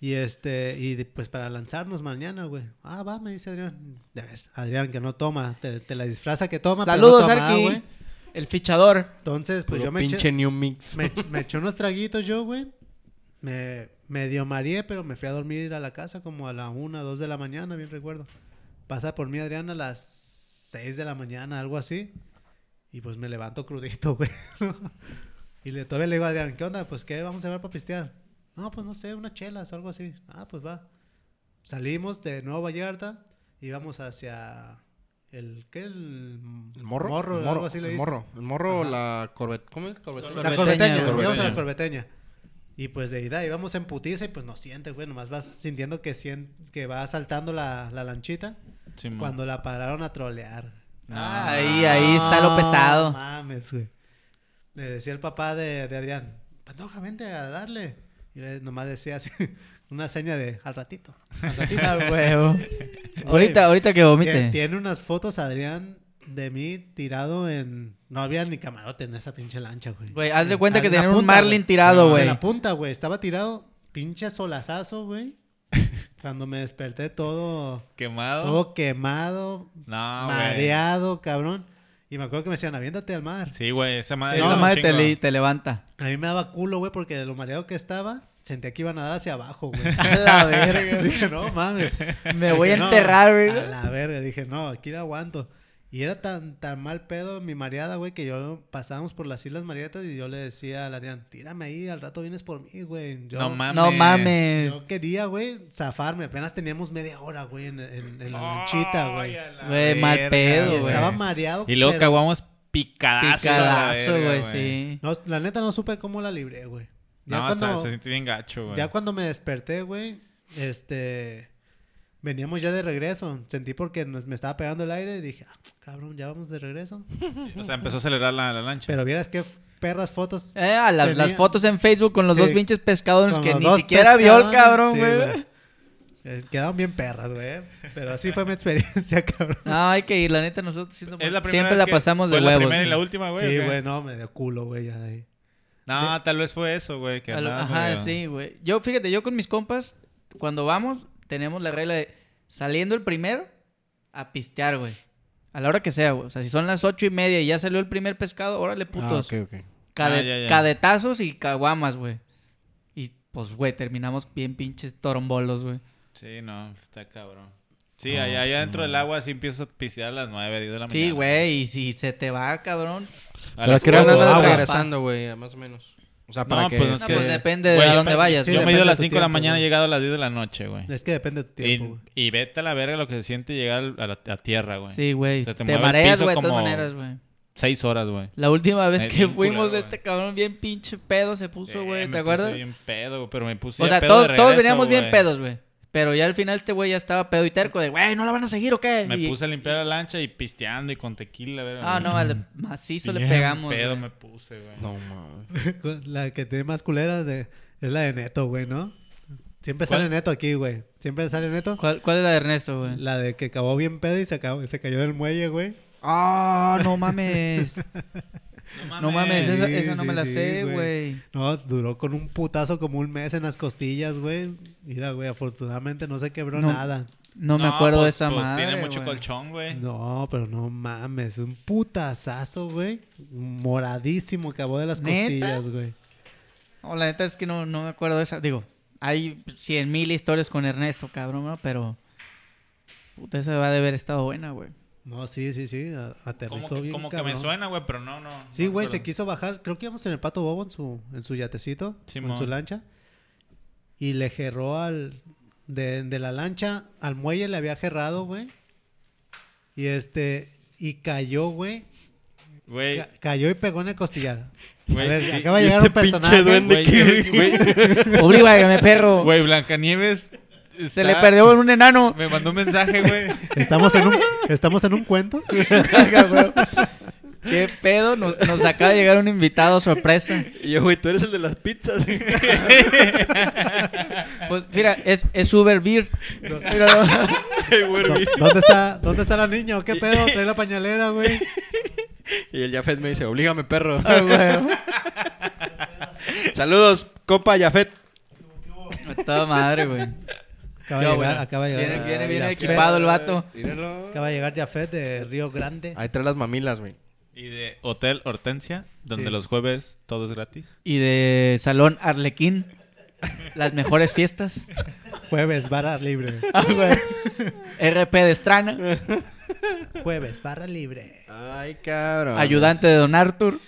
C: Y este, y de- pues para lanzarnos mañana, güey. Ah, va, me dice Adrián. Ya ves, Adrián que no toma, te, te la disfraza que toma. pero no
D: Saludos,
C: toma,
D: Arqui.
C: güey.
D: El fichador.
C: Entonces, pues
A: Puro
C: yo me
A: pinche
C: eché,
A: New Mix.
C: me, me eché unos traguitos yo, güey. Me, me dio mareé, pero me fui a dormir a la casa como a la una, dos de la mañana, bien recuerdo. Pasa por mí Adrián a las seis de la mañana, algo así. Y pues me levanto crudito, güey. ¿no? y le, todavía le digo a Adrián, ¿qué onda? Pues, ¿qué vamos a ver para pistear? No, pues, no sé, unas chelas o algo así. Ah, pues, va. Salimos de Nueva Vallarta, íbamos hacia el, ¿qué? El,
A: El morro.
C: Morro,
A: el
C: algo así le
A: el
C: dicen.
A: morro. El morro,
C: Ajá.
A: la corbeta. ¿Cómo es corbeta?
C: La
D: Corbeteña,
C: corbeteña,
D: güey.
C: íbamos a la
B: Corbeteña.
C: corbeteña. Y pues de ida íbamos en putiza y pues no sientes, güey, nomás vas sintiendo que, sien- que va saltando la, la lanchita
B: Simón.
C: cuando la pararon a trolear.
B: No,
D: Ahí, Mm. ahí está lo
C: No
D: pesado.
C: mames, güey. Le decía el papá de, de Adrián, Pantoja, vente a darle. Y le- nomás decía así, una seña de al ratito. Al ratito.
D: Ah, huevo. ahorita, ahorita que
C: Tie-
D: vomite.
C: Tiene unas fotos, Adrián, de mí tirado en... No había ni camarote en esa pinche lancha, güey.
D: Güey, haz de cuenta
C: En
D: que
C: Eh, la
D: tenía un
C: punta,
D: marlin
C: güey.
D: tirado,
B: No,
D: güey.
C: En la punta, güey. Estaba tirado. Pinche solazazo, güey. Cuando me desperté todo,
D: Oh.
B: Quemado.
C: todo quemado,
D: Ah,
B: no, güey.
C: mareado, cabrón. Y me acuerdo que me decían, aviéntate al mar.
B: Sí, güey, esa madre.
D: Esa
B: es un
D: madre te,
B: chingo.
D: le- te levanta.
C: A mí me daba culo, güey, porque de lo mareado que estaba, sentía que iba a nadar hacia abajo, güey.
D: A la verga.
C: Dije, no mames.
D: Me voy a
C: Dije, "No,
D: enterrar, güey.
C: A la verga. Dije, no, aquí la aguanto. Y era tan, tan mal pedo mi mareada, güey, que yo pasábamos por las Islas Marietas y yo le decía al Adrián, tírame ahí, al rato vienes por mí, güey. Yo-
B: No mames.
D: No mames.
C: Yo quería, güey, zafarme. Apenas teníamos media hora, güey, en, en- en la
B: Ay,
C: lanchita, güey.
B: a la
D: Güey, mal
B: verga,
D: pedo,
C: Y
D: güey.
C: estaba mareado.
B: Y luego
C: pero-
B: caguamos picadazo. a la
D: Picadazo,
B: verga,
D: güey, sí.
C: No, la neta no supe cómo la libré, güey. Ya,
B: No,
C: cuando,
B: hasta se siente bien gacho, güey.
C: ya cuando me desperté, güey, este... Veníamos ya de regreso. Sentí porque nos- me estaba pegando el aire y dije, "Ah, cabrón, ya vamos de regreso.
B: O sea, empezó a acelerar la, la lancha.
C: Pero vieras qué f- perras fotos.
D: Eh, a la-
C: Tenía-
D: las fotos en Facebook con los
C: Sí.
D: dos pinches pescadores
C: con
D: que
C: los
D: ni
C: dos
D: siquiera vio el
C: pescadores.
D: cabrón,
C: Sí,
D: güey.
C: Eh, Quedaron bien perras, güey. Pero así fue mi experiencia, cabrón.
D: No, hay que ir, la neta, nosotros siendo-
B: es la primera
D: siempre
B: vez
D: la
B: que-
D: pasamos de
B: fue
D: huevos.
B: la primera y la
D: güey.
B: última, Ah, güey.
C: Sí,
B: ¿o qué?
C: güey, no, me dio culo, güey, ya de ahí.
B: No, tal vez fue eso, güey. que
D: A lo-
B: andabas
D: Ajá,
B: medio-
D: sí, güey. Yo, fíjate, yo con mis compas, cuando vamos, tenemos la regla de saliendo el primero a pistear, güey. A la hora que sea, güey. O sea, si son las ocho y media y ya salió el primer pescado, órale,
A: Ah,
D: putos.
A: ok, ok.
D: Cade-
B: Ah, ya, ya.
D: Cadetazos y caguamas, güey. Y, pues, güey, terminamos bien pinches torombolos, güey.
B: Sí, no, está cabrón. Sí, allá, allá dentro del agua sí empiezas a pisear a las 9, 10 de la mañana.
D: Sí, güey, y si se te va, cabrón.
B: A
A: Pero
B: las
A: que hora
B: cuatro.
D: cuatro,
A: andan
D: agua,
A: regresando, güey, más o menos. O sea, para
B: No,
A: que...
B: pues no
D: No,
B: Es que-
D: pues depende de
B: Güey,
D: a dónde
B: espera-
D: vayas,
C: Sí,
D: güey.
B: Yo me he ido
C: depende
B: a
C: de
B: las
C: tu
B: 5 de la
C: tiempo,
B: mañana y he
C: güey.
B: llegado a las 10 de la noche, güey.
C: Es que depende de tu tiempo, güey.
B: Y, y vete a la verga lo que se siente llegar a, la, a tierra, güey.
D: Sí, güey.
B: Se
D: Te,
B: te mueve el
D: mareas,
B: piso
D: güey, de todas
B: como-
D: maneras, güey.
B: seis horas, güey.
D: La última vez
B: Eh,
D: que
B: bien
D: fuimos,
B: culero,
D: este cabrón bien pinche pedo se puso,
B: Eh,
D: güey.
B: me
D: ¿Te acuerdas?
B: puse bien pedo, pero me puse
D: o sea,
B: pedo de
D: todos, todos
B: regreso,
D: veníamos bien
B: güey.
D: pedos, güey. Pero ya al final este güey ya estaba pedo y terco de, güey, ¿no la van a seguir o qué?
B: Me
D: Y-
B: puse a limpiar la lancha y pisteando y con tequila, güey.
D: Ah, no, al macizo le
B: Bien
D: pegamos.
B: pedo
D: güey.
B: me puse, güey.
A: No mames.
C: La que tiene más culera de, es la de Neto, güey, ¿no? Siempre
B: ¿Cuál?
C: sale Neto aquí, güey. Siempre sale Neto.
D: ¿Cuál, ¿Cuál es la de Ernesto, güey?
C: La de que acabó bien pedo y se, acabó- se cayó del muelle, güey.
D: Ah, no mames. no mames, esa,
C: Sí,
D: esa no
C: sí,
D: me la
C: sí,
D: sé,
C: güey.
D: güey.
C: No, duró con un putazo como un mes en las costillas, güey. Mira, güey, afortunadamente no se quebró
D: No.
C: nada.
D: No, me acuerdo de
B: pues-
D: esa
B: pues
D: madre.
B: tiene mucho
D: güey.
B: colchón, güey.
C: No, pero no mames, un putazazo, güey. Moradísimo acabó de las
D: ¿Neta?
C: costillas, güey.
D: No, la neta es que no, no me acuerdo de esa. Digo, hay cien mil historias con Ernesto, cabrón, ¿no? pero. Puta, esa va a haber estado buena, güey.
C: No, sí, sí, sí, a-
B: Como,
C: aterrizó
B: que,
C: bien
B: como que me
C: cabrón.
B: suena, güey, pero no, no.
C: Sí,
B: no
C: güey,
B: recuerdo.
C: se quiso bajar. Creo que íbamos en el Pato Bobo en su, en su yatecito, en
B: Simón.
C: su lancha. Y le gerró al... De, de la lancha al muelle le había gerrado, güey. Y este... Y cayó, güey.
B: Güey,
C: Ca- cayó y pegó en el costillar.
B: Güey,
C: a ver,
B: sí.
C: acaba de
A: Y
C: llegar
A: este
C: un
A: pinche
C: personaje.
A: duende.
B: güey,
A: ¿Qué?
B: güey,
D: Oblígame, perro.
B: güey, Blancanieves.
D: Se
B: está-
D: le perdió en un enano.
B: Me mandó un mensaje, güey.
C: Estamos en un, estamos en un cuento.
D: ¿Qué pedo? Nos, nos acaba de llegar un invitado sorpresa.
A: Y yo, güey, tú eres el de las pizzas.
D: Pues mira, es, es Uber Beer. Míralo.
C: Do- ¿Dónde está, ¿Dónde está la niña? ¿O ¿Qué pedo? Trae la pañalera, güey.
A: y el Jafet me dice, oblígame, perro.
D: Ah, güey.
A: Saludos, compa Jafet.
D: A toda madre, güey.
C: Acaba
D: Ya,
C: de llegar,
D: bueno.
C: acaba de llegar.
D: Viene, viene,
C: ah,
D: viene
C: Jafet.
D: equipado el vato.
A: Míralo.
C: Acaba de llegar Jafet de Río Grande.
A: Ahí trae las mamilas, güey.
B: Y de Hotel Hortensia, donde
C: Sí.
B: los jueves todo es gratis.
D: Y de Salón Arlequín. Las mejores fiestas.
C: Jueves, barra libre.
D: Ah, güey. RP de Estrana.
C: Jueves, barra libre.
A: Ay, cabrón.
D: Ayudante de Don Arthur.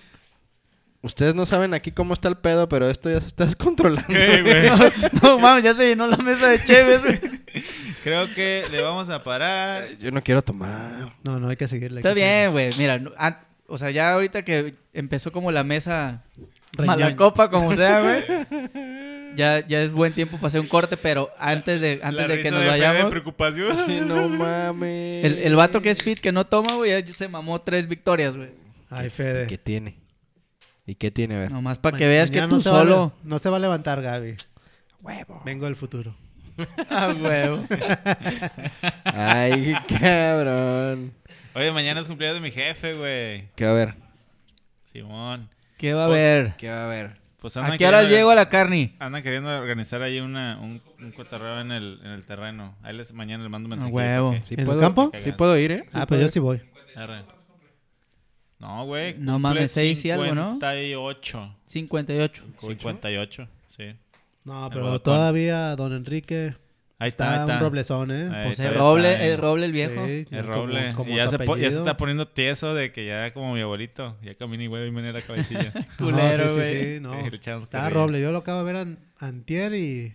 A: Ustedes no saben aquí cómo está el pedo, pero esto ya se está descontrolando.
D: No mames, ya se llenó la mesa de Chévez, güey.
B: Creo que le vamos a parar.
A: Yo no quiero tomar.
C: No, no, hay que seguirle. hay
D: Está
C: que seguirle.
D: bien, güey. Mira, no- an- o sea, ya ahorita que empezó como la mesa
C: Reñoña.
D: mala copa, como sea, güey. Ya, ya es buen tiempo para hacer un corte, pero antes de, antes de que nos vayamos.
B: preocupación.
A: Sí, no mames.
D: El, el vato que es fit, que no toma, güey, ya se mamó tres victorias, güey.
C: Ay, Fede.
A: ¿Qué tiene? ¿Y qué tiene? A ver.
D: Nomás para
C: Ma-
D: que veas que
C: mañana
D: tú
C: no se va a le-
D: solo.
C: no se va a levantar, Gaby.
A: Huevo.
C: Vengo del futuro.
D: Ah, güey.
A: Ay, cabrón.
B: Oye, mañana es cumpleaños de mi jefe, güey.
A: ¿Qué va a haber?
B: Simón.
D: ¿Qué va a haber?
A: ¿Qué va a haber?
B: Pues
D: ¿A qué hora
B: queriendo-
D: llego a la carne?
B: Andan queriendo organizar ahí una, un, un cotorreo en el, en el terreno. Ahí les, mañana les mando un
D: Ah,
B: mensaje.
D: huevo.
B: porque-
A: ¿Sí
C: ¿En el
A: puedo,
C: campo?
A: Sí puedo ir, ¿eh?
C: Ah, pues yo sí voy.
B: Arre. No, güey.
D: No
B: cumple
D: mames, seis y algo, ¿no?
B: 58.
D: 58.
B: 58, sí.
C: No,
B: El
C: pero
B: Guadalajara.
C: todavía Don Enrique
B: Ahí está, ahí
C: está,
B: está.
C: un roblezón, ¿eh?
B: Ahí
D: Pues
B: está,
D: el
B: ya está,
D: roble,
B: eh.
D: el roble el viejo.
C: Sí,
B: El
C: como-
B: roble.
C: como
B: Y ya,
C: su
B: se po- ya se
C: apellido.
B: está poniendo tieso de que ya como mi abuelito. Ya camina igual de manera cabecilla.
C: No,
D: culero,
C: sí,
D: güey.
C: sí, sí, no.
B: Le echamos
C: Está
B: carrilla.
C: roble. Yo lo acabo de ver an- antier y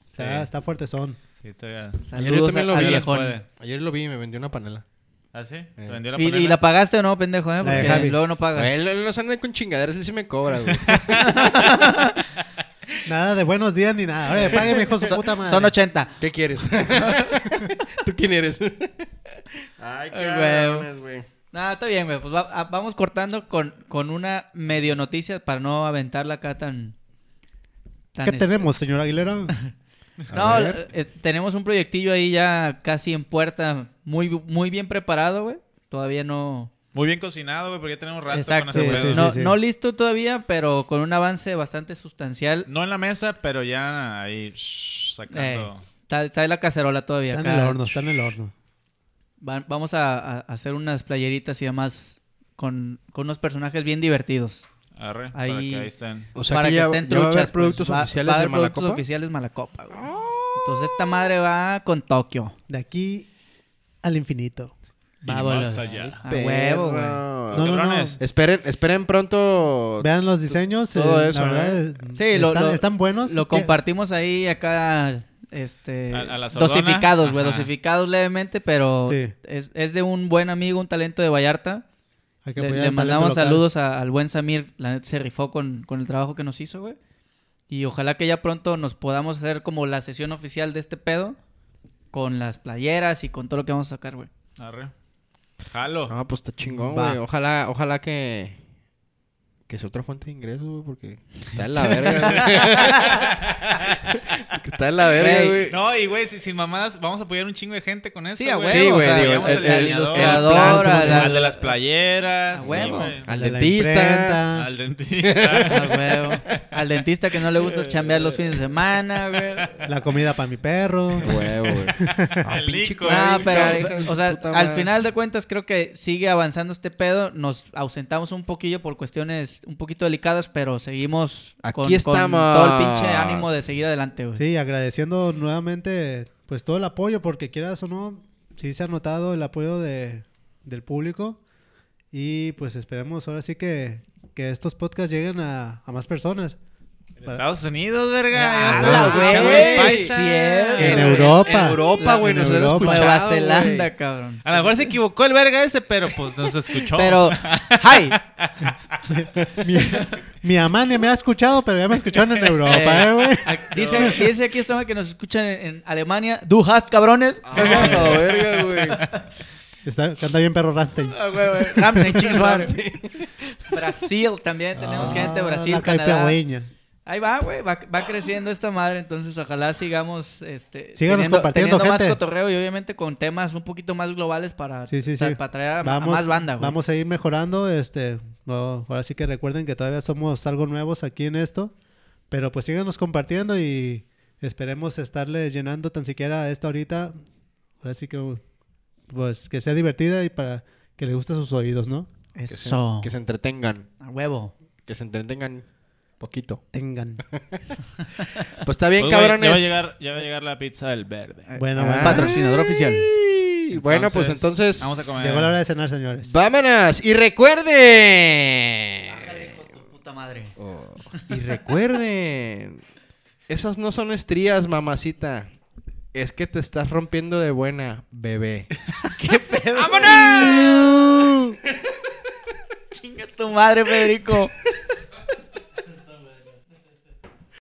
C: está,
B: Sí.
C: está fuerte son.
B: Sí, todavía.
D: Saludos
A: también lo
D: al
A: vi,
D: viejón.
B: puede.
A: Ayer lo vi y me vendió una panela.
B: ¿Ah, sí? ¿Te
A: Eh.
B: vendió la
D: ¿Y, y
B: panela?
D: la pagaste o no, pendejo? Eh?
C: La de
D: Porque
C: Javi.
D: luego no pagas.
A: Él, él no se anda con chingaderas, él sí me cobra, güey.
C: Nada de buenos días ni nada. Ahora págueme, hijo de su
D: Son-
C: puta madre.
D: Son 80.
A: ¿Qué quieres? ¿Tú quién eres? Ay, cabrones, güey.
D: Nada, está bien, güey. Pues va- a- vamos cortando con, con una medio noticia para no aventarla acá tan. tan
C: ¿Qué
D: es-
C: tenemos, señor Aguilera?
D: No,
A: A ver.
D: eh, tenemos un proyectillo ahí ya casi en puerta, muy, muy bien preparado, güey. Todavía no.
B: Muy bien cocinado, güey, porque ya tenemos rato
D: Exacto.
B: con ese
C: Sí,
B: pedo.
C: sí,
D: no,
C: sí.
D: no listo todavía, pero con un avance bastante sustancial.
B: No en la mesa, pero ya ahí shh, sacando.
D: Eh, está, está en la cacerola todavía.
C: Está en
D: acá.
C: el horno, está en el horno.
D: Van- vamos a, a hacer unas playeritas y demás con, con unos personajes bien divertidos.
B: Arre, para
D: Ahí-
B: que ahí estén.
A: O sea
D: para
A: que,
D: que,
A: ya,
D: estén
A: ya va a haber
D: truchas. pues.
A: productos
D: Va-
A: oficiales
D: va a
A: de
D: haber productos
A: Malacopa.
D: oficiales Malacopa, güey.
B: Ah.
D: Entonces esta madre va con Tokio.
C: De aquí al infinito.
B: Y
D: Vámonos.
B: más allá.
D: A huevo, güey.
A: Perro.
B: Los
C: No, no, no.
B: cabrones.
A: Esperen, esperen pronto.
C: Vean los diseños.
A: Todo eso,
C: la verdad,
A: ¿eh?
C: eh,
D: Sí, lo-
C: están,
D: lo-
C: están buenos.
D: Lo
C: ¿Qué-
D: compartimos ahí acá este
B: A- a la sordona.
D: dosificados, güey,
B: Ajá.
D: dosificados levemente, pero
C: Sí.
D: es, es de un buen amigo, un talento de Vallarta
C: Hay que
D: Le,
C: apoyar
D: le
C: al talento
D: mandamos
C: local.
D: saludos a- al buen Samir. La neta se rifó con, con el trabajo que nos hizo, güey. Y ojalá que ya pronto nos podamos hacer como la sesión oficial de este pedo. Con las playeras y con todo lo que vamos a sacar, güey.
B: Arre. Jalo.
A: No, pues está chingón,
C: Va.
A: güey. Ojalá, ojalá que. Que sea otra fuente de ingresos, güey, porque está en la verga, güey. que está en la verga,
D: Güey,
A: güey.
B: No, y güey, si- sin mamadas, vamos a apoyar un chingo de gente con eso.
D: Sí, a
B: güey.
D: huevo,
A: Sí,
D: o sea,
A: güey,
D: digamos,
A: digo,
D: el,
A: el- el-
D: diseñador,
A: el plan,
D: al-
A: sí,
D: al-
B: Al de las playeras.
D: A
B: sí,
D: huevo.
B: güey.
A: Al
C: de la
A: dentista.
C: imprenta.
B: Al dentista.
D: a huevo. Al dentista que no le gusta chambear los fines de semana, güey.
C: La comida para mi perro.
A: Huevo, güey.
B: al lico.
D: No,
A: Ay, hija de
D: pero, o
A: su
D: sea,
A: puta
D: al
A: madre.
D: final de cuentas creo que sigue avanzando este pedo. Nos ausentamos un poquillo por cuestiones un poquito delicadas, pero seguimos
A: Aquí
D: con, con
A: estamos.
D: todo el pinche ánimo de seguir adelante, güey.
C: Sí, agradeciendo nuevamente pues todo el apoyo, porque quieras o no, sí se ha notado el apoyo de, del público. Y pues esperemos ahora sí que, que estos podcasts lleguen a, a más personas.
B: Estados Unidos, verga.
D: Ah,
B: Ya está.
D: güey,
B: Chavo, paisa.
D: cierto.
C: En Europa.
A: En Europa, güey,
C: En
A: nos han
C: Europa.
A: escuchado.
D: Nueva
A: güey. Ah,
D: Zelanda, cabrón.
B: A lo mejor se equivocó el verga ese, pero pues nos escuchó.
D: Pero, hi,
C: Mi, mi mamá ni me ha escuchado, pero ya me escucharon en Europa, ¿eh, güey?
A: Ah,
D: dice, dice aquí esto que nos escuchan en, en Alemania. Du hast, cabrones.
A: Ah, la verga, güey.
C: Está- canta bien perro Rammstein.
D: Ah, güey, güey. Ramsey, chingue su madre. Brasil también, tenemos
C: Ah,
D: gente de Brasil,
C: La
D: Canadá.
C: caipiagüeña.
D: Ahí va, güey, va, va creciendo esta madre, entonces ojalá sigamos este,
C: Síganos
D: teniendo,
C: compartiendo,
D: teniendo más
C: gente.
D: cotorreo y obviamente con temas un poquito más globales para,
C: Sí, sí,
D: o sea,
C: sí.
D: para traer a, a Ah, más banda, güey.
C: Vamos a ir mejorando, este, no, ahora sí que recuerden que todavía somos algo nuevos aquí en esto, pero pues síganos compartiendo y esperemos estarle llenando tan siquiera esta ahorita, ahora sí que pues que sea divertida y para que le guste a sus oídos, ¿no?
A: Que se-
D: Eso.
A: que se entretengan.
D: A huevo.
A: Que se entretengan poquito.
C: Tengan.
A: Pues está bien,
B: Pues, güey,
A: cabrones.
B: Ya va, a llegar, ya va a llegar la pizza del verde.
D: Ah,
C: Bueno,
A: Ay.
C: bueno.
D: Patrocinador oficial.
A: Bueno, pues entonces.
B: Vamos a comer.
C: Llegó la hora de cenar, señores.
A: ¡Vámonos! Y recuerden.
D: puta madre.
A: Oh, Y recuerden. Esas no son estrías, mamacita. Es que te estás rompiendo de buena, bebé.
D: Chinga tu madre, Federico.